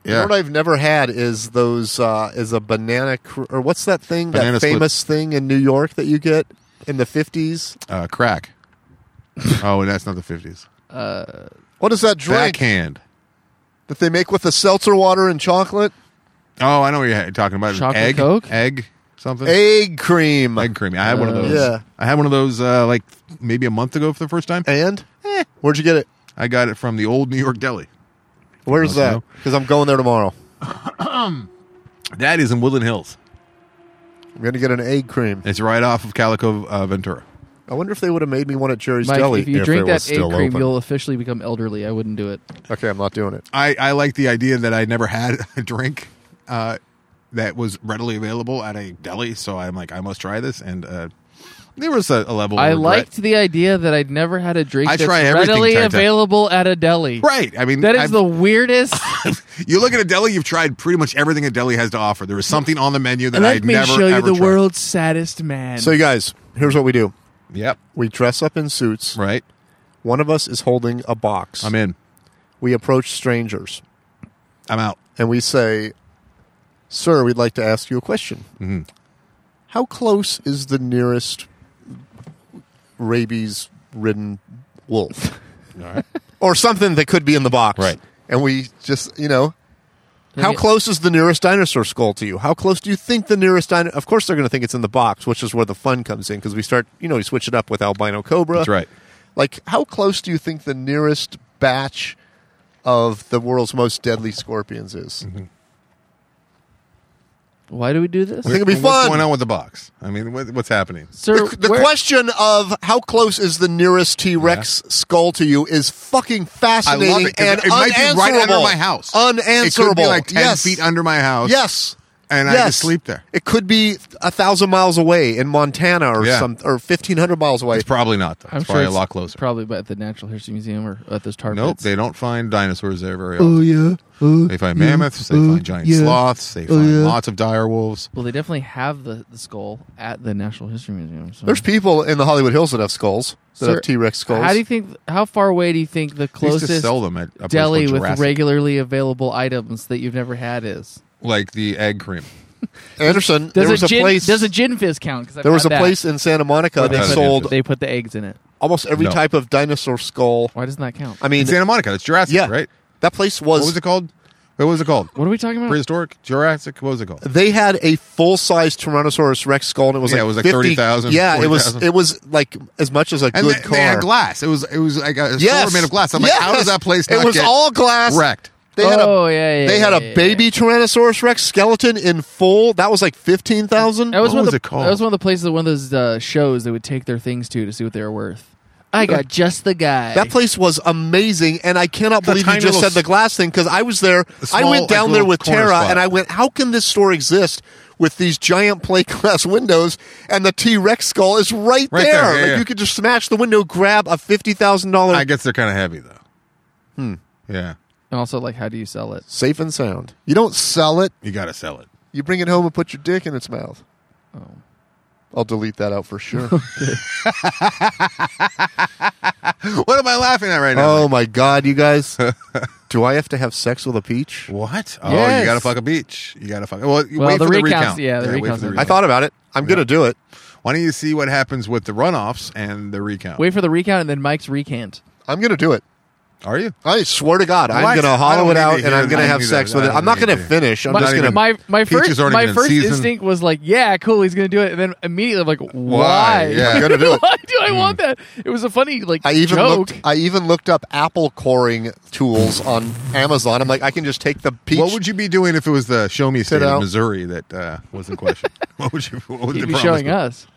You know Yeah, what I've never had is those uh, is a banana cr- or what's that thing Banana that split. famous thing in New York that you get in the fifties? uh, crack. oh, and that's not the fifties. What is that drink Backhand. that they make with the seltzer water and chocolate? Oh, I know what you're talking about. Chocolate egg, Coke? egg, something. Egg cream. Egg cream. I had one of those. yeah. I had one of those uh, like maybe a month ago for the first time. And Eh. where'd you get it? I got it from the old New York deli. Where's Don't that? know. Because I'm going there tomorrow. That is in Woodland Hills. I'm gonna get an egg cream. It's right off of Calico uh, Ventura. I wonder if they would have made me one at Jerry's Mike, Deli if you it drink was that egg still cream, open. you'll officially become elderly. I wouldn't do it. Oh, Okay, I'm not doing it. I, I like the idea that I never had a drink uh, that was readily available at a deli, so I'm like, I must try this. And uh, there was a, a level. Of I regret. liked the idea that I'd never had a drink I that's try everything, readily Tarantino. available at a deli. Right. I mean, That is I've- the weirdest. you look at a deli, you've tried pretty much everything a deli has to offer. There is something on the menu that Let I'd me never show you ever the tried. world's saddest man. So, you guys, here's what we do: Yep. we dress up in suits. Right. One of us is holding a box. I'm in. we approach strangers I'm out. and we say, "Sir, we'd like to ask you a question. How close is the nearest rabies-ridden wolf, or something that could be in the box?" Right. And we just, you know, how Yeah. close is the nearest dinosaur skull to you? How close do you think the nearest dinosaur? Of course, they're going to think it's in the box, which is where the fun comes in because we start, you know, we switch it up with albino cobra. That's right. Like, how close do you think the nearest batch of the world's most deadly scorpions is? Mm-hmm. Why do we do this? I think it'd be What's fun. going on with the box? I mean, what, what's happening? Sir, The, the where- question of how close is the nearest T Rex skull to you is fucking fascinating it, 'cause and it might be unanswerable. right under my house. Unanswerable. It could be like ten yes. feet under my house. Yes. And I yes. just sleep there. It could be a thousand miles away in Montana or Yeah. some or fifteen hundred miles away. It's probably not though. I'm it's sure probably it's a lot closer. Probably by- at the Natural History Museum or at those tar Nope, pits. they don't find dinosaurs there very Oh, often. they find mammoths, they find giant sloths, Oh, they find lots of dire wolves. Well, they definitely have the, the skull at the National History Museum. So. There's people in the Hollywood Hills that have skulls that Sir, have T Rex skulls. How do you think? How far away do you think the They used to closest sell them at a place deli called with Jurassic, regularly available items that you've never had is? like the egg cream. Anderson? Does there was a, a, gin, place. does a gin fizz count? 'Cause I've there was a had that. place in Santa Monica they that put- sold They put the eggs in it. almost every No. type of dinosaur skull. Why doesn't that count? I mean, In Santa Monica, that's Jurassic, yeah, right? That place What was. was it called? What was it called? what are we talking about? Prehistoric Jurassic. What was it called? they had a full size Tyrannosaurus Rex skull, and it was Yeah, like it was like 50 30,000, Yeah, it was 40,000. it was like as much as a And good they, car. they had glass. It was it was like a Yes, store made of glass. I'm like, how does Yes! that place? It not was get all glass. wrecked. They had Oh, a, yeah, yeah, They had yeah, yeah, a baby Tyrannosaurus Rex skeleton in full. That was like fifteen thousand. That was What one of was the, it called? That was one of the places, one of those uh, shows they would take their things to to see what they were worth. I got just the guy. That place was amazing, and I cannot a believe you tiny just little said the glass thing because I was there. I small, went like, down there little with corner Tara, spot. and I went, "How can this store exist with these giant plate glass windows and the T Rex skull is right, Right there, yeah, like yeah. you could just smash the window, grab a fifty thousand I dollar guess they're kind of heavy though. Hmm. Yeah, and also, like, how do you sell it? safe and sound. You don't sell it; you got to sell it. you bring it home and put your dick in its mouth." Oh. I'll delete that out for sure. What am I laughing at right now? oh my god, you guys! Do I have to have sex with a peach? What? Oh, Yes. you got to fuck a beach. You got to fuck. Well, you Well, wait the for the recounts- recount. yeah, the wait for recounts are- I thought about it. I'm gonna do it. Why don't you see what happens with the runoffs and the recount? Wait for the recount and then Mike's recant. I'm going to do it. Are you? I swear to God, What? I'm going I to don't hollow it need out to and hear I'm going that. to have sex I with it. don't I'm not need going to. to finish. I'm my, just going to. my my Peach first has already my been in first season. instinct was like, yeah, cool, he's gonna do it, and then immediately I'm like, why? Yeah. Gonna do it. why do I want that? It was a funny like I even joke. looked. I even looked up apple coring tools on Amazon. I'm like, I can just take the peach. What would you be doing if it was the Show Me State out. of Missouri that uh, was the question? what would you? What would He'd the be promise showing be? us.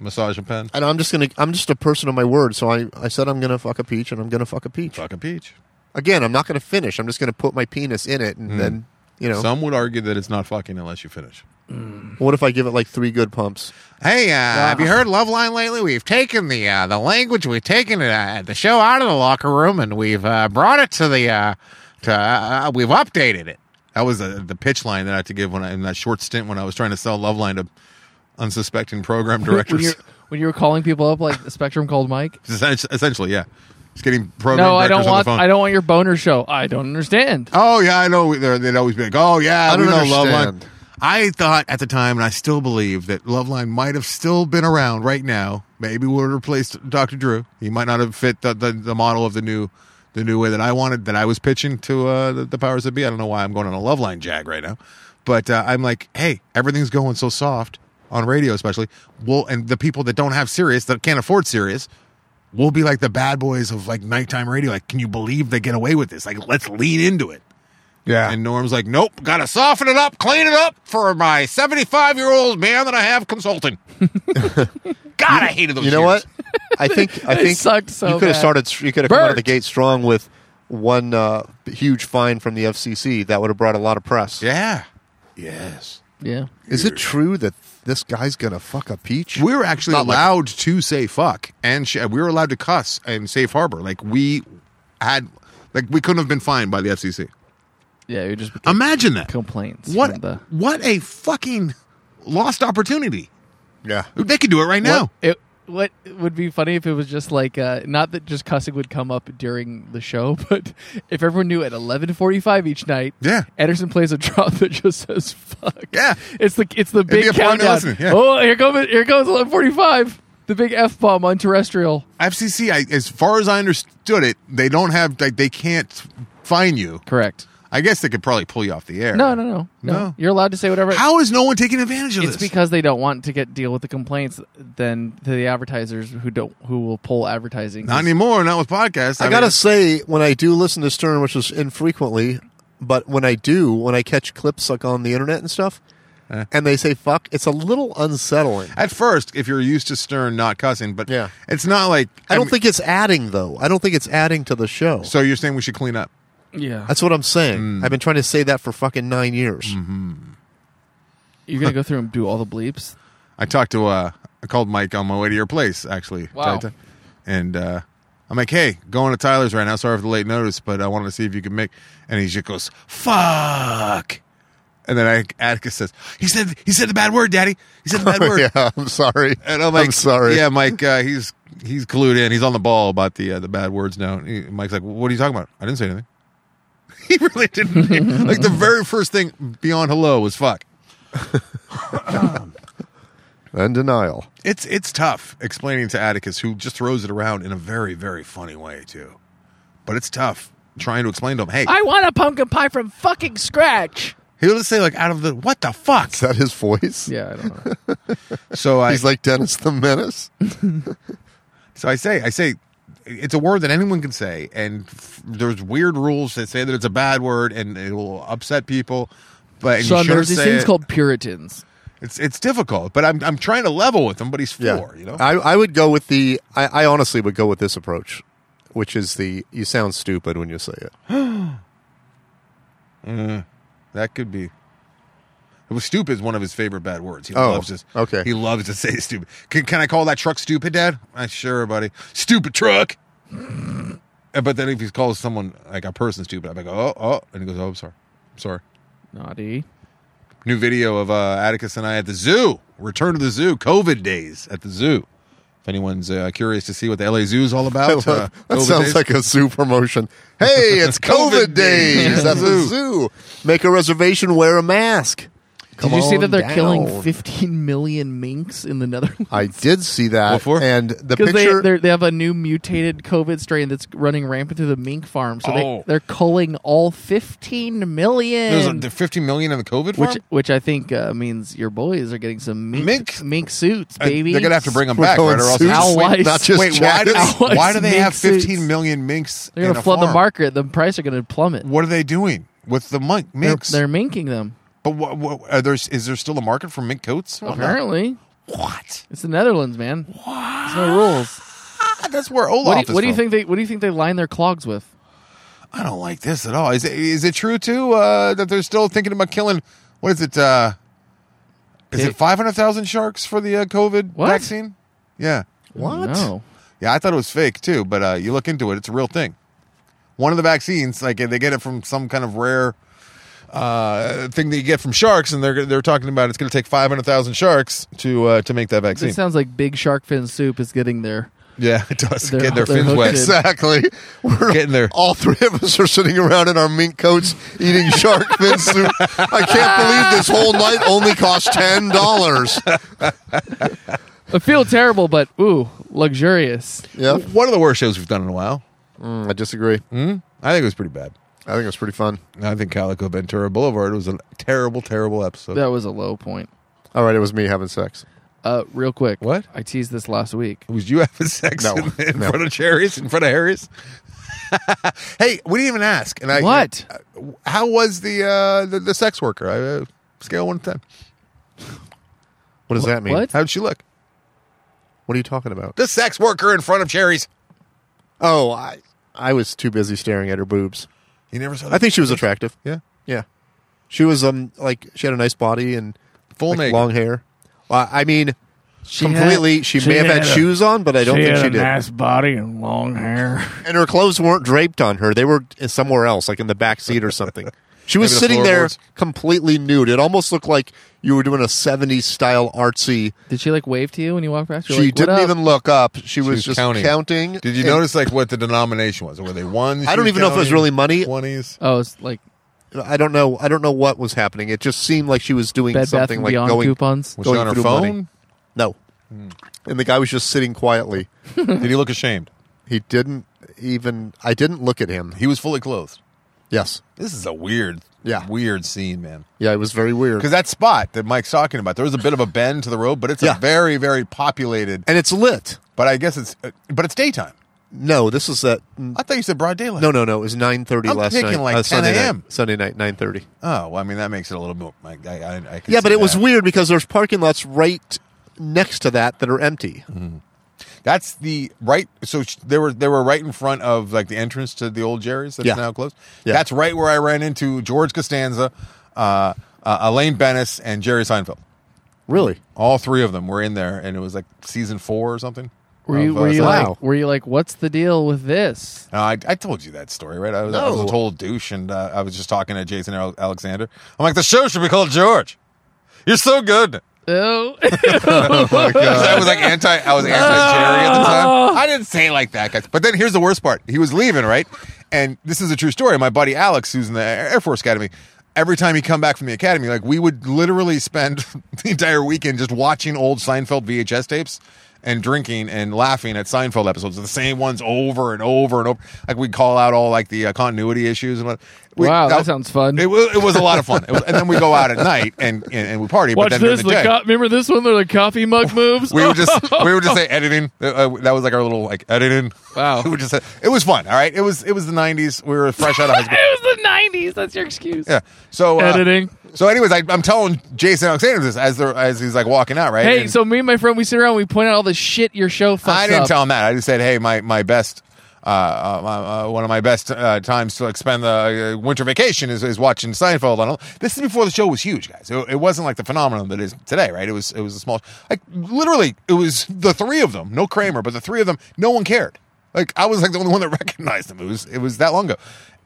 Massage a pen. and I'm just gonna. I'm just a person of my word. So I. I said I'm gonna fuck a peach, and I'm gonna fuck a peach. Fuck a peach. Again, I'm not gonna finish. I'm just gonna put my penis in it, and then you know. Hmm. Some would argue that it's not fucking unless you finish. What if I give it like three good pumps? Hey, uh, have you heard Love Line lately? We've taken the uh, the language, we've taken it, uh, the show out of the locker room, and we've uh, brought it to the uh, to uh, we've updated it. That was uh, the pitch line that I had to give when I, in that short stint when I was trying to sell Love Line to unsuspecting program When directors. you're when you were calling people up like the Spectrum called Mike. Essen- Essentially, yeah, it's getting program No, I directors don't on want the phone. I don't want your boner show. I don't understand. Oh yeah, I know. They're- They'd always be like, "Oh yeah, I don't we know Love Line." understand. I thought at the time, and I still believe that Love Line might have still been around right now. Maybe would have replaced Dr. Drew. He might not have fit the, the, the model of the new the new way that I wanted that I was pitching to uh, the, the powers that be. I don't know why I'm going on a Love Line jag right now, but uh, I'm like, hey, everything's going so soft on radio, especially. Well, and the people that don't have Sirius that can't afford Sirius we'll be like the bad boys of like nighttime radio. Like, can you believe they get away with this? Like, let's lean into it. Yeah. And Norm's like, nope, gotta soften it up, clean it up for my 75 year old man that I have consulting. God, I hated those. You know years. what? I think I They think sucked so you could have bad. started. You could have come out of the Bert! gate strong with one uh, huge fine from the FCC. That would have brought a lot of press. Yeah. Yes. Yeah. Is it true that this guy's gonna fuck a peach? We were actually Not like- allowed to say fuck, and sh- we were allowed to cuss and safe harbor. Like we had, like we couldn't have been fined by the FCC. Yeah, you just became Imagine that. complaints. What? from the- What a fucking lost opportunity. yeah. They could do it right now. What, it, what would be funny if it was just like uh, not that just cussing would come up during the show, but if everyone knew at eleven forty five each night, Yeah. Ederson plays a drop that just says "fuck." Yeah. it's the it's the be big a porn countdown. lesson, yeah. Oh, here comes here comes eleven forty five. The big f bomb on terrestrial. FCC, I, as far as I understood it, they don't have like they can't fine you. Correct. I guess they could probably pull you off the air. No, no, no, no. No. You're allowed to say whatever. How is no one taking advantage of it's this? because they don't want to get deal with the complaints then to the advertisers who don't who will pull advertising. not anymore. Not with podcasts. I, mean, gotta say, when I do listen to Stern, which is infrequently, but when I do, when I catch clips like on the internet and stuff, and they say "fuck," it's a little unsettling. at first, if you're used to Stern not cussing, but Yeah. it's not like I don't mean- think it's adding though. I don't think it's adding to the show. So Hmm. you're saying we should clean up? Yeah, That's what I'm saying. I've been trying to say that for fucking nine years. Hmm. you're gonna go through and do all the bleeps. I talked to uh, I called Mike on my way to your place actually. Wow. And uh, I'm like, hey, going to Tyler's right now. Sorry for the late notice, but I wanted to see if you could make. And he just goes, fuck. And then I, Atticus says, he said, he said the bad word, Daddy. He said the bad word. yeah, I'm sorry. And I'm like, I'm sorry. Yeah, Mike, uh, he's he's clued in. He's on the ball about the uh, the bad words now. He- Mike's like, what are you talking about? I didn't say anything. He really didn't. like the very first thing beyond hello was fuck. And denial. It's it's tough explaining to Atticus, who just throws it around in a very very funny way too. But it's tough trying to explain to him. Hey, I want a pumpkin pie from fucking scratch. he'll just say like out of the what the fuck. Is that his voice? Yeah, I don't know. So I He's like Dennis the Menace. so I say I say it's a word that anyone can say, and f- there's weird rules that say that it's a bad word and it will upset people. But and you Son, shouldn't there's these say things it. called Puritans. it's it's difficult. But I'm I'm trying to level with him. But he's four, you know. I, I would go with the. I, I honestly would go with this approach, which is the you sound stupid when you say it. That could be. It was stupid is one of his favorite bad words. He Oh, loves this. okay. He loves to say stupid. Can, can I call that truck stupid, Dad? I sure, buddy. Stupid truck. Uh, but then if he calls someone like a person stupid, I'm like, oh, oh, and he goes, oh, I'm sorry, I'm sorry. Naughty. New video of uh, Atticus and I at the zoo. Return to the zoo. COVID days at the zoo. If anyone's uh, curious to see what the LA Zoo is all I about, uh, love- that COVID sounds days. like a zoo promotion. Hey, it's COVID, COVID days. days. That's a zoo. Make a reservation. Wear a mask. Come Did you see that on they're killing down. 15 million minks in the Netherlands? I did see that. What for? And the Because they picture. they're- they have a new mutated COVID strain that's running rampant through the mink farm, so Oh. they they're culling all 15 There's million. a 50 million in the COVID farm? which which I think uh, means your boys are getting some mink Mink- mink, suits, Uh, baby. They're gonna have to bring them We're back, going right? Or else suits, it's- Owl Weiss. not just Wait, why do, jackets. Owl why Weiss do they have mink suits. 15 million minks? They're in gonna a flood the farm? market. The price are gonna plummet. What are they doing with the mink They're, minks? they're minking them. but what, what, are there, is there still a market for mink coats? Oh, no. Apparently, What? it's the Netherlands, man. There's no rules. Ah, that's where Olaf What do, is you, what do you from. think they What do you think they line their clogs with? I don't like this at all. Is it, is it true too uh, that they're still thinking about killing? What is it? Uh, is Pig. it five hundred thousand sharks for the uh, COVID What? vaccine? Yeah, What? No. yeah. I thought it was fake too, but uh, you look into it; it's a real thing. One of the vaccines, like they get it from some kind of rare uh, thing that you get from sharks, and they're they're talking about it's going to take five hundred thousand sharks to uh, to make that vaccine. It sounds like Big Shark Fin Soup is getting there. yeah, it does. They're- Getting their they're fins hooked wet. in. Exactly. We're Getting there. All three of us are sitting around in our mink coats eating shark fin soup. I can't believe this whole night only cost ten dollars. I feel terrible, but ooh, luxurious. Yeah, One of the worst shows we've done in a while. Mm, I disagree. I think it was pretty bad. I think it's pretty fun. I think Calico Ventura Boulevard was a terrible, terrible episode. That was a low point. All right, it was me having sex. Uh, real quick, What? I teased this last week. It was you having sex No, in, in no. front of Cherries, in front of Harry's. hey, we didn't even ask. And I What? How was the uh, the, the sex worker? I, uh, scale one to ten. What does that mean? what? How'd she look? What are you talking about? The sex worker in front of Cherries. Oh, I I was too busy staring at her boobs. You never saw. That? I think she was attractive. Yeah, Yeah, she was um like she had a nice body and full like, naked. long hair. Uh, I mean, She completely. had- she, may have had a- shoes on, but I don't think she did. body and long hair. and her clothes weren't draped on her; they were somewhere else, like in the back seat or something. She was Maybe the sitting there floorboards? completely nude. It almost looked like you were doing a '70s style artsy. Did she like wave to you when you walked past? You're she like, "What didn't up?" even look up. She, was, was just counting. counting. Did you And notice like what the denomination was? Were they ones? I don't even know if it was really money. Twenties. Oh, it's like I don't know. I don't know what was happening. It just seemed like she was doing Bed Bath something and like Beyond going. coupons. Was she Going on her through phone? No, Hmm. and the guy was just sitting quietly. Did he look ashamed? He didn't even. I didn't look at him. He was fully clothed. Yes. This is a weird, Yeah. weird scene, man. Yeah, it was very weird. Because that spot that Mike's talking about, there was a bit of a bend to the road, but it's Yeah. a very, very populated. And it's lit. But I guess it's, uh, but it's daytime. No, this is at I thought you said broad daylight. no, no, no. It was nine thirty I'm last thinking night. Uh, like 10 Sunday a.m.. night. Sunday night, nine thirty. Oh well, I mean that makes it a little more. I, I, I, I can Yeah, see but it was that. weird because there's parking lots right next to that that are empty. That's the right. So sh- they were they were right in front of like the entrance to the old Jerry's that's Yeah. now closed. Yeah. That's right where I ran into George Costanza, uh, uh, Elaine Bennis, and Jerry Seinfeld. Really? All three of them were in there, and it was like season four or something. Were you of, uh, were you Seinfeld. Wow. like were you like what's the deal with this? No, I, I told you that story, right? I was, I was a No. total douche, and uh, I was just talking to Jason Ale- Alexander. I'm like, the show should be called George. You're so good. Oh, 'Cause I was like anti, I was anti Jerry at the Oh. time. I didn't say it like that, guys. But then here's the worst part: he was leaving, right? And this is a true story. My buddy Alex, who's in the Air Force Academy, every time he come back from the academy, like we would literally spend the entire weekend just watching old Seinfeld VHS tapes. And drinking and laughing at Seinfeld episodes, the same ones over and over and over. Like we would call out all like the uh, continuity issues and what. we- Wow, that sounds fun. It was, it was a lot of fun. It was, and then we go out at night and and, and we party. but Watch then during this. The day, The co- remember this one? Where the coffee mug moves. we would just we would just say editing. Uh, uh, that was like our little like editing. Wow. we would just it was fun. All right, it was it was the '90s. We were fresh out of high school. it was the '90s. That's your excuse. Yeah. So uh, Editing. So, anyways, I, I'm telling Jason Alexander this as they're as he's like walking out, right? Hey, And so me and my friend, we sit around, we point out all the shit your show fucks I didn't up. tell him that. I just said, hey, my my best. Uh, uh, my- uh, one of my best uh, times to like spend the uh, winter vacation is, is watching Seinfeld. On this is before the show was huge, guys. It, it wasn't like the phenomenon that it is today, right? It was it was a small, like literally, it was the three of them, no Kramer, but the three of them. No one cared. Like I was like the only one that recognized them. It was it was that long ago,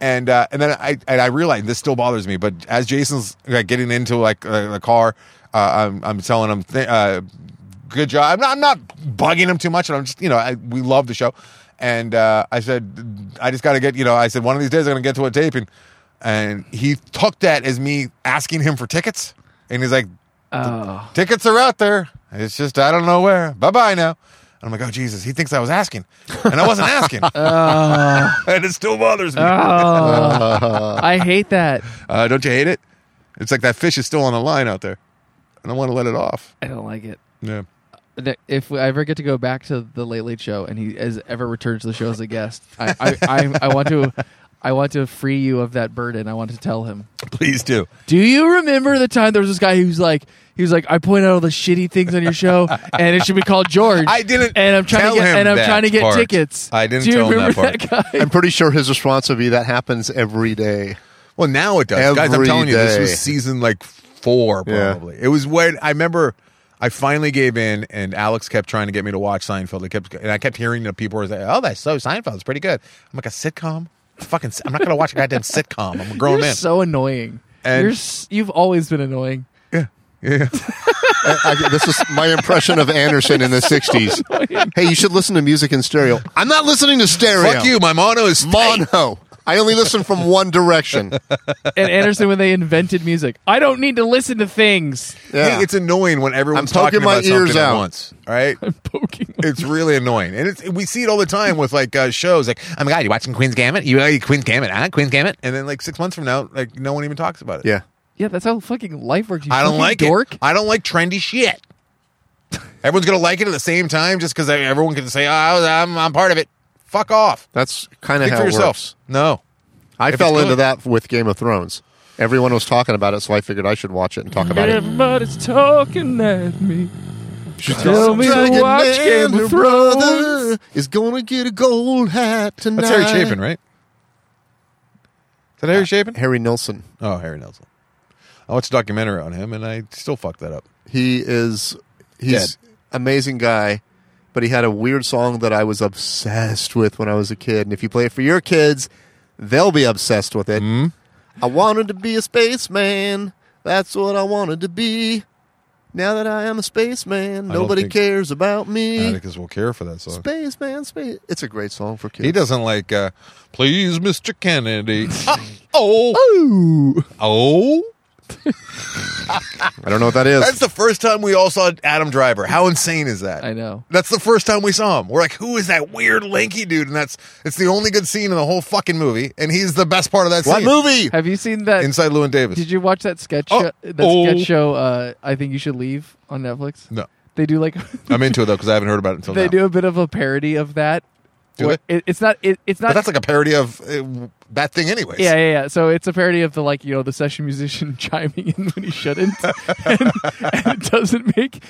and uh, and then I and I realized this still bothers me. But as Jason's like, getting into like uh, the car, uh, I'm I'm telling him th- uh, good job. I'm not, I'm not bugging him too much. And I'm just you know I, we love the show, and uh, I said I just got to get you know I said one of these days I'm gonna get to a taping, and he took that as me asking him for tickets. And he's like, Oh, tickets are out there. It's just I don't know where. Bye bye now. And I'm like, oh Jesus, he thinks I was asking, and I wasn't asking, and it still bothers me. Oh. I hate that. Uh, don't you hate it? It's like that fish is still on the line out there, and I want to let it off. I don't like it. Yeah. That- If I ever get to go back to the Late Late Show and he has ever returned to the show as a guest, I, I, I, I want to, I want to free you of that burden. I want to tell him. Please do. Do you remember the time there was this guy who's like, he was like, I point out all the shitty things on your show, and it should be called George. I didn't and I'm trying tell to get, him and I'm that trying to get part. tickets. I didn't Do you tell him remember that guy? I'm pretty sure his response would be that happens every day. Well, now it does, guys. I'm Every telling you, this day. was season like four, Yeah. probably. It was when I remember I finally gave in, and Alex kept trying to get me to watch Seinfeld. He kept, and I kept hearing that people were like, "Oh, that's so Seinfeld. It's pretty good." I'm like a sitcom. Fucking, si- I'm not gonna watch a goddamn sitcom. I'm a grown You're man. so annoying. And- You're s- you've always been annoying. yeah. I, I- this is my impression of Anderson in the '60s. Hey, you should listen to music in stereo. I'm not listening to stereo. Fuck you. My mono is mono. mono. I only listen from one direction. And Anderson, when they invented music, I don't need to listen to things. Yeah. It's annoying when everyone's I'm poking talking about my ears something out. at once. All right. Poking. It's really annoying, and it's, we see it all the time with like uh, shows. Like, oh my god, you watching Queen's Gambit? You like Queen's Gambit? Huh? Queen's Gambit? And then like six months from now, like no one even talks about it. yeah. Yeah, that's how fucking life works. You I don't fucking like dork. it. I don't like trendy shit. Everyone's gonna like it at the same time just because everyone can say, oh, I was- I'm, I'm part of it." Fuck off. That's kind of Think how for it yourself. works. No, I If fell it's into good. that with Game of Thrones. Everyone was talking about it, so I figured I should watch it and talk about it. Everybody's talking at me. Tell me to Dragon watch Man, Game her of brother, Thrones. is gonna get a gold hat tonight. that's Harry Chapin, right? Is that Harry Chapin? Harry Nilsson. Oh, Harry Nelson. I watched a documentary on him, and I still fucked that up. He is he's amazing guy, but he had a weird song that I was obsessed with when I was a kid. And if you play it for your kids, they'll be obsessed with it. I wanted to be a spaceman. That's what I wanted to be. Now that I am a spaceman, I don't nobody think- cares about Mm. me. Atticus will care for that song. Spaceman, space. It's a great song for kids. He doesn't like, uh, please, Mr. Kennedy. oh. Oh. I don't know what that is. That's the first time we all saw Adam Driver. How insane is that? I know. That's the first time we saw him. We're like, who is that weird lanky dude? And that's it's the only good scene in the whole fucking movie, and he's the best part of that what scene. movie? Have you seen that? Inside Lewin Davis. Did you watch that sketch? Oh. show that Oh. sketch show. Uh, I think you should leave on Netflix. No, They do like I'm into it though because I haven't heard about it until they now. do a bit of a parody of that. Do Where it? It's not. It, it's but not. that's like a parody of uh, that thing, anyways. yeah, yeah, yeah. So it's a parody of the like you know the session musician chiming in when he shouldn't, and, and it doesn't make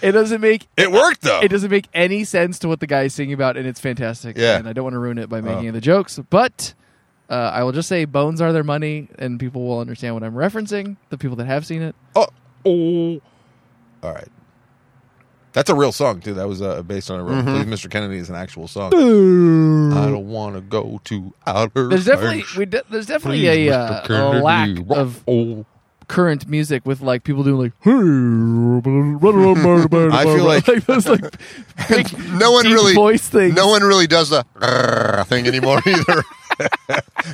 it doesn't make It worked though. it doesn't make any sense to what the guy is singing about, and it's fantastic. Yeah. and I don't want to ruin it by making any of the jokes, but uh, I will just say bones are their money, and people will understand what I'm referencing. The people that have seen it, Oh, oh. All right. That's a real song too. That was uh, based on a real. Mm-hmm. I believe Mr. Kennedy is an actual song. I don't want to go to outer. there's definitely space. we de- there's definitely Please, a, Mr. uh, a lack Kennedy. of Oh. current music with like people doing like hey, I I feel like- those like big No one deep really voice things. No one really does the "Grrr" thing anymore either.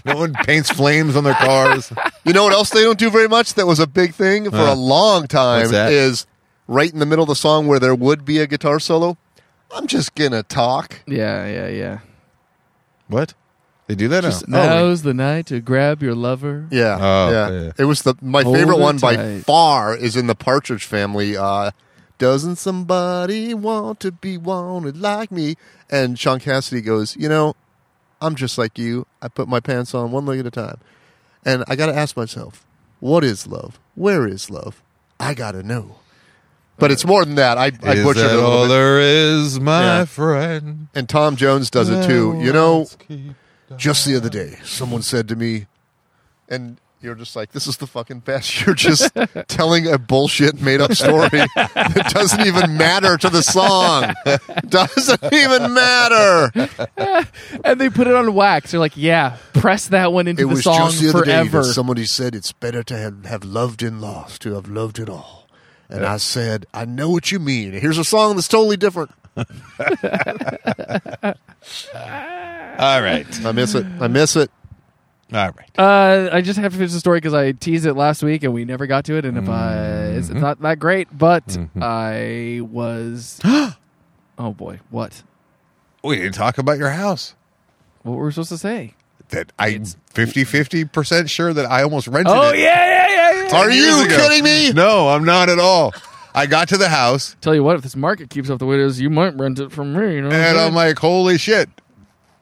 No one paints flames on their cars. You know what else they don't do very much? That was a big thing for Huh. a long time. What's that? Is right in the middle of the song where there would be a guitar solo. I'm just gonna talk. Yeah, yeah, yeah. What? They do that now? Now's the night to grab your lover. Yeah, Oh, yeah. yeah. It was the my Hold favorite it one by tight. far is in the Partridge Family. Uh, Doesn't somebody want to be wanted like me? And Sean Cassidy goes, you know, I'm just like you. I put my pants on one leg at a time, and I got to ask myself, what is love? Where is love? I gotta know. But it's more than that. I, I is butchered that it a all little bit. there is, my Yeah. friend? And Tom Jones does it too. You know, just the other day, someone said to me, and you're just like, this is the fucking best. You're just telling a bullshit made up story that doesn't even matter to the song. Doesn't even matter. And they put it on wax. They're like, yeah, press that one into It the was song just the other day forever. that somebody said it's better to have, have loved and lost, to have loved it all. And I said, I know what you mean. Here's a song that's totally different. All right. I miss it. I miss it. All right. Uh, I just have to finish the story because I teased it last week and we never got to it, and if I, it's Mm-hmm. it's not that great. But I was. oh boy, what? We didn't talk about your house. What were we supposed to say? That I'm 50 50% sure that I almost rented Oh it. yeah, yeah, yeah. yeah. Are years you ago. kidding me? No, I'm not at all. I got to the house Tell you what, if this market keeps up the way it is, you might rent it from me. You know what I'm and saying? I'm like, holy shit.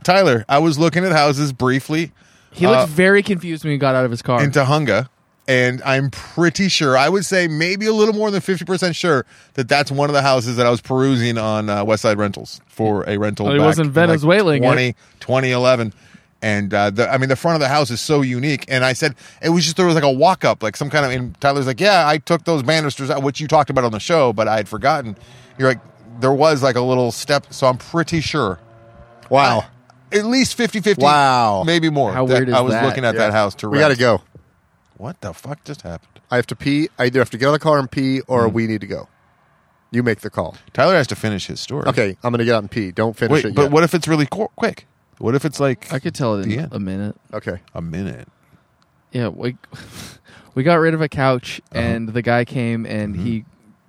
Tyler, I was looking at houses briefly he uh, looked very confused when he got out of his car. in Tahunga, and I'm pretty sure, I would say maybe a little more than 50% sure that that's one of the houses that I was perusing on uh, Westside Rentals for a rental. Well, he back wasn't in, like, Venezuelan, 20, 2011. And uh, the, I mean, the front of the house is so unique. And I said, it was just, there was like a walk up, like some kind of, and Tyler's like, yeah, I took those banisters out, which you talked about on the show, but I had forgotten. You're like, there was like a little step. So I'm pretty sure Wow. at least 50 50. Wow. Maybe more. How that weird is I was that? looking at Yeah. that house to we rent. got to go. What the fuck just happened? I have to pee. I either have to get out of the car and pee, or Mm. we need to go. You make the call. Tyler has to finish his story. Okay, I'm gonna get out and pee. Don't finish Wait, it. but yet. what if it's really qu- quick? What if it's like I could tell it in Yeah. a minute. Okay. a minute? Yeah, we we got rid of a couch, Uh-huh. and the guy came and Mm-hmm. he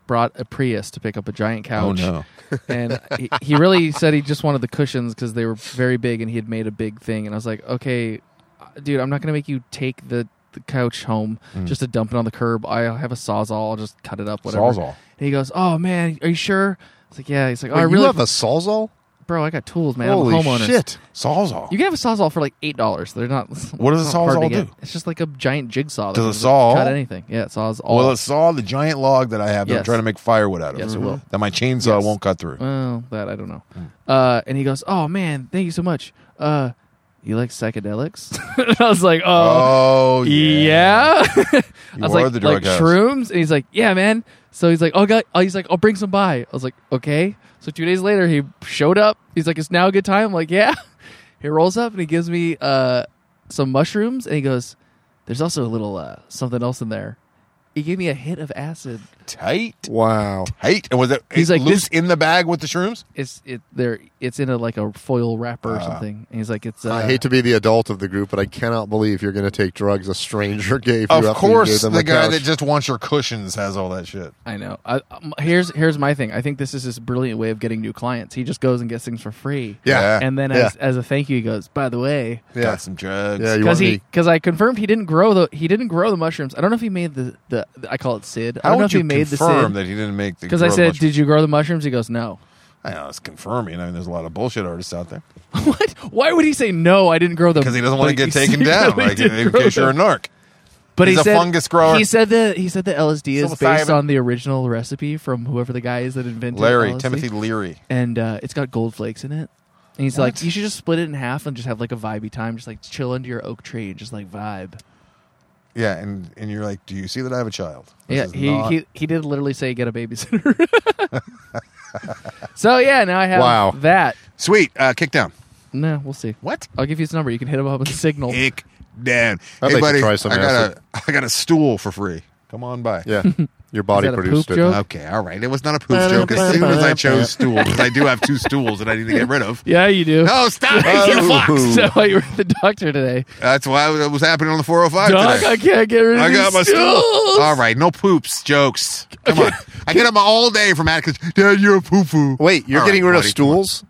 brought a Prius to pick up a giant Oh, couch. no. and he, he really said he just wanted the cushions because they were very big, and he had made a big thing. And I was like, okay, uh, dude, I'm not gonna make you take the, the couch home Mm. just to dump it on the curb. I have a sawzall. I'll just cut it up. Whatever. Sawzall. And he goes, oh man, are you sure? I was like, yeah. He's like, oh, I Wait, really, you have a sawzall? bro, I got tools, man. Holy I'm a homeowner. shit! Sawzall. You can have a sawzall for like eight dollars. They're not. What does a it's not hard sawzall to get. do? It's just like a giant jigsaw. that Does it can just saw Cut all? anything. Yeah, it saws all. well, it saw the giant log that I have that I'm Yes. trying to make firewood out of. Mm-hmm. Yes, it will. That my chainsaw Yes. won't cut through. Well, that I don't know. Hmm. Uh, and he goes, "Oh man, thank you so much. Uh, you like psychedelics?" and I was like, oh, "Oh, yeah. yeah." I You was are like, the drug "Like house." shrooms?" And he's like, "Yeah, man." So he's like, "Oh god," oh, he's like, "I'll bring some by." I was like, "Okay." So two days later, he showed up. He's like, "It's now a good time." I'm like, "Yeah." He rolls up and he gives me uh, some mushrooms, and he goes, "There's also a little uh, something else in there." He gave me a hit of acid. Tight. Wow. Tight. And was it He's it like, loose this- in the bag with the shrooms? it's it there it's in a like a foil wrapper or Uh-huh. something and he's like it's uh, I hate to be the adult of the group, but I cannot believe you're going to take drugs a stranger gave you. after Of you gave course, them the a guy couch. that just wants your cushions has all that shit. i know I, um, here's here's my thing i think this is this brilliant way of getting new clients he just goes and gets things for free yeah, and then as, as a thank you he goes by the way Yeah. Got some drugs. yeah, you because want he me? because i confirmed he didn't grow the he didn't grow the mushrooms i don't know if he made the the i call it sid How i don't know would if you he made the confirm sid that he didn't make the? because i grow said much- did you grow the mushrooms he goes no I know it's confirming. I mean, there's a lot of bullshit artists out there what why would he say no i didn't grow them because he doesn't want to Like, get he taken secretly down, like didn't in grow case you're a them. narc. But He's he a said, fungus grower. He said that he said the LSD is based Psilocybin. on the original recipe from whoever the guy is that invented Larry, LSD. Timothy Leary. and uh, it's got gold flakes in it. And he's like, you should just split it in half and just have like a vibey time, just like chill under your oak tree and just like vibe. Yeah, and and you're like, do you see that I have a child? This is yeah, he, not- he he did literally say get a babysitter. so yeah, now I have Wow. that. sweet uh, kick down. No, we'll see. What? I'll give you his number. You can hit him up with a signal. Kick down. I'd hey like to buddy, try some I got acid. a I got a stool for free. Come on by. yeah, your body Is that a produced poop it. joke? Okay, all right. It was not a poop joke. As soon as I chose stool, because I do have two stools that I need to get rid of. Yeah, you do. No, stop it, you fucks. So you were at the doctor today. That's why it was happening on the 405 Doc, today. I can't get rid of I these got my stool. stools. All right, no poops, jokes. Come on. I get them all day from Atkins. Dad, you're a poo poo. Wait, you're All getting right, rid buddy, of stools? on.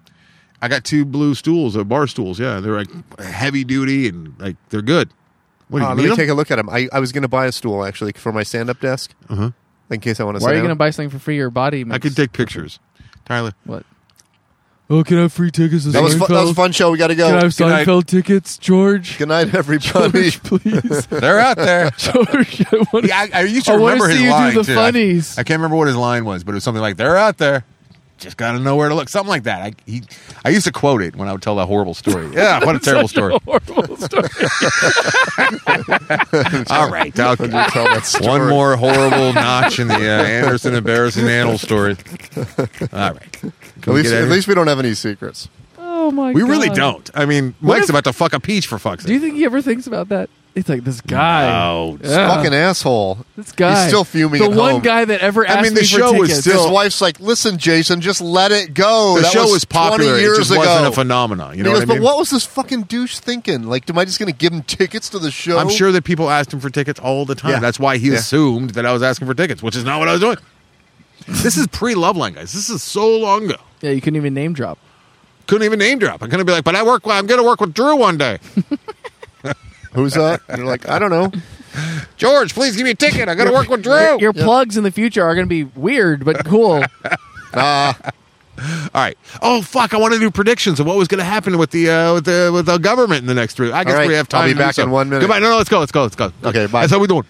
I got two blue stools, uh, bar stools. Yeah, they're like heavy duty and like they're good. What do you Uh, let need me 'em? take a look at them. I, I was going to buy a stool actually for my stand-up desk Mm-hmm. in case I want to. Why are you going going to buy something for free? Your body. I Makes, can take pictures. Tyler, what? Oh, can I have free tickets? That was, fu- that was a fun show. We got to go. Can I have Good night. Seinfeld tickets, George? Good night, everybody. George, please. They're out there. George, I want Yeah, I, I used to I wanna remember his see you do line the too. I- funnies. I, can't remember what his line was, but it was something like "They're out there, just gotta know where to look," something like that. I he, I used to quote it when I would tell that horrible story. Yeah, what a terrible story. horrible story. All right, okay. Tell that story. one more horrible notch in the uh, Anderson embarrassing animal story. All right, Can At we least, get out at of least we don't have any secrets. Oh my here? we really God. don't. I mean, Mike's if- about to fuck a peach for fuck's Do you sake. think he ever thinks about that? It's like this guy. Oh, Yeah. Fucking asshole. Ah. This guy. He's still fuming The at one home. guy that ever asked I mean, the me for show was tickets. still- His wife's like, listen, Jason, just let it go. The That show was, 20 popular. It years just ago. wasn't a phenomenon. You And know what he goes, I mean? But what was this fucking douche thinking? Like, am I just going to give him tickets to the show? I'm sure that people asked him for tickets all the time. Yeah. That's why he Yeah. assumed that I was asking for tickets, which is not what I was doing. this is pre Love Line, guys. This is so long ago. Yeah, you couldn't even name drop. Couldn't even name drop. I'm gonna be like, but I work. I'm gonna work with Drew one day. Who's that? And They're like, I don't know. George, please give me a ticket. I gotta work with Drew. Your plugs in the future are going to be weird but cool. All right. Oh fuck! I want to do predictions of what was going to happen with the uh, with the with the government in the next three. I guess right. we have I'll time. be to do back in so. one minute. Goodbye. No, no, let's go. Let's go. Let's go. Okay, bye. That's how we doing.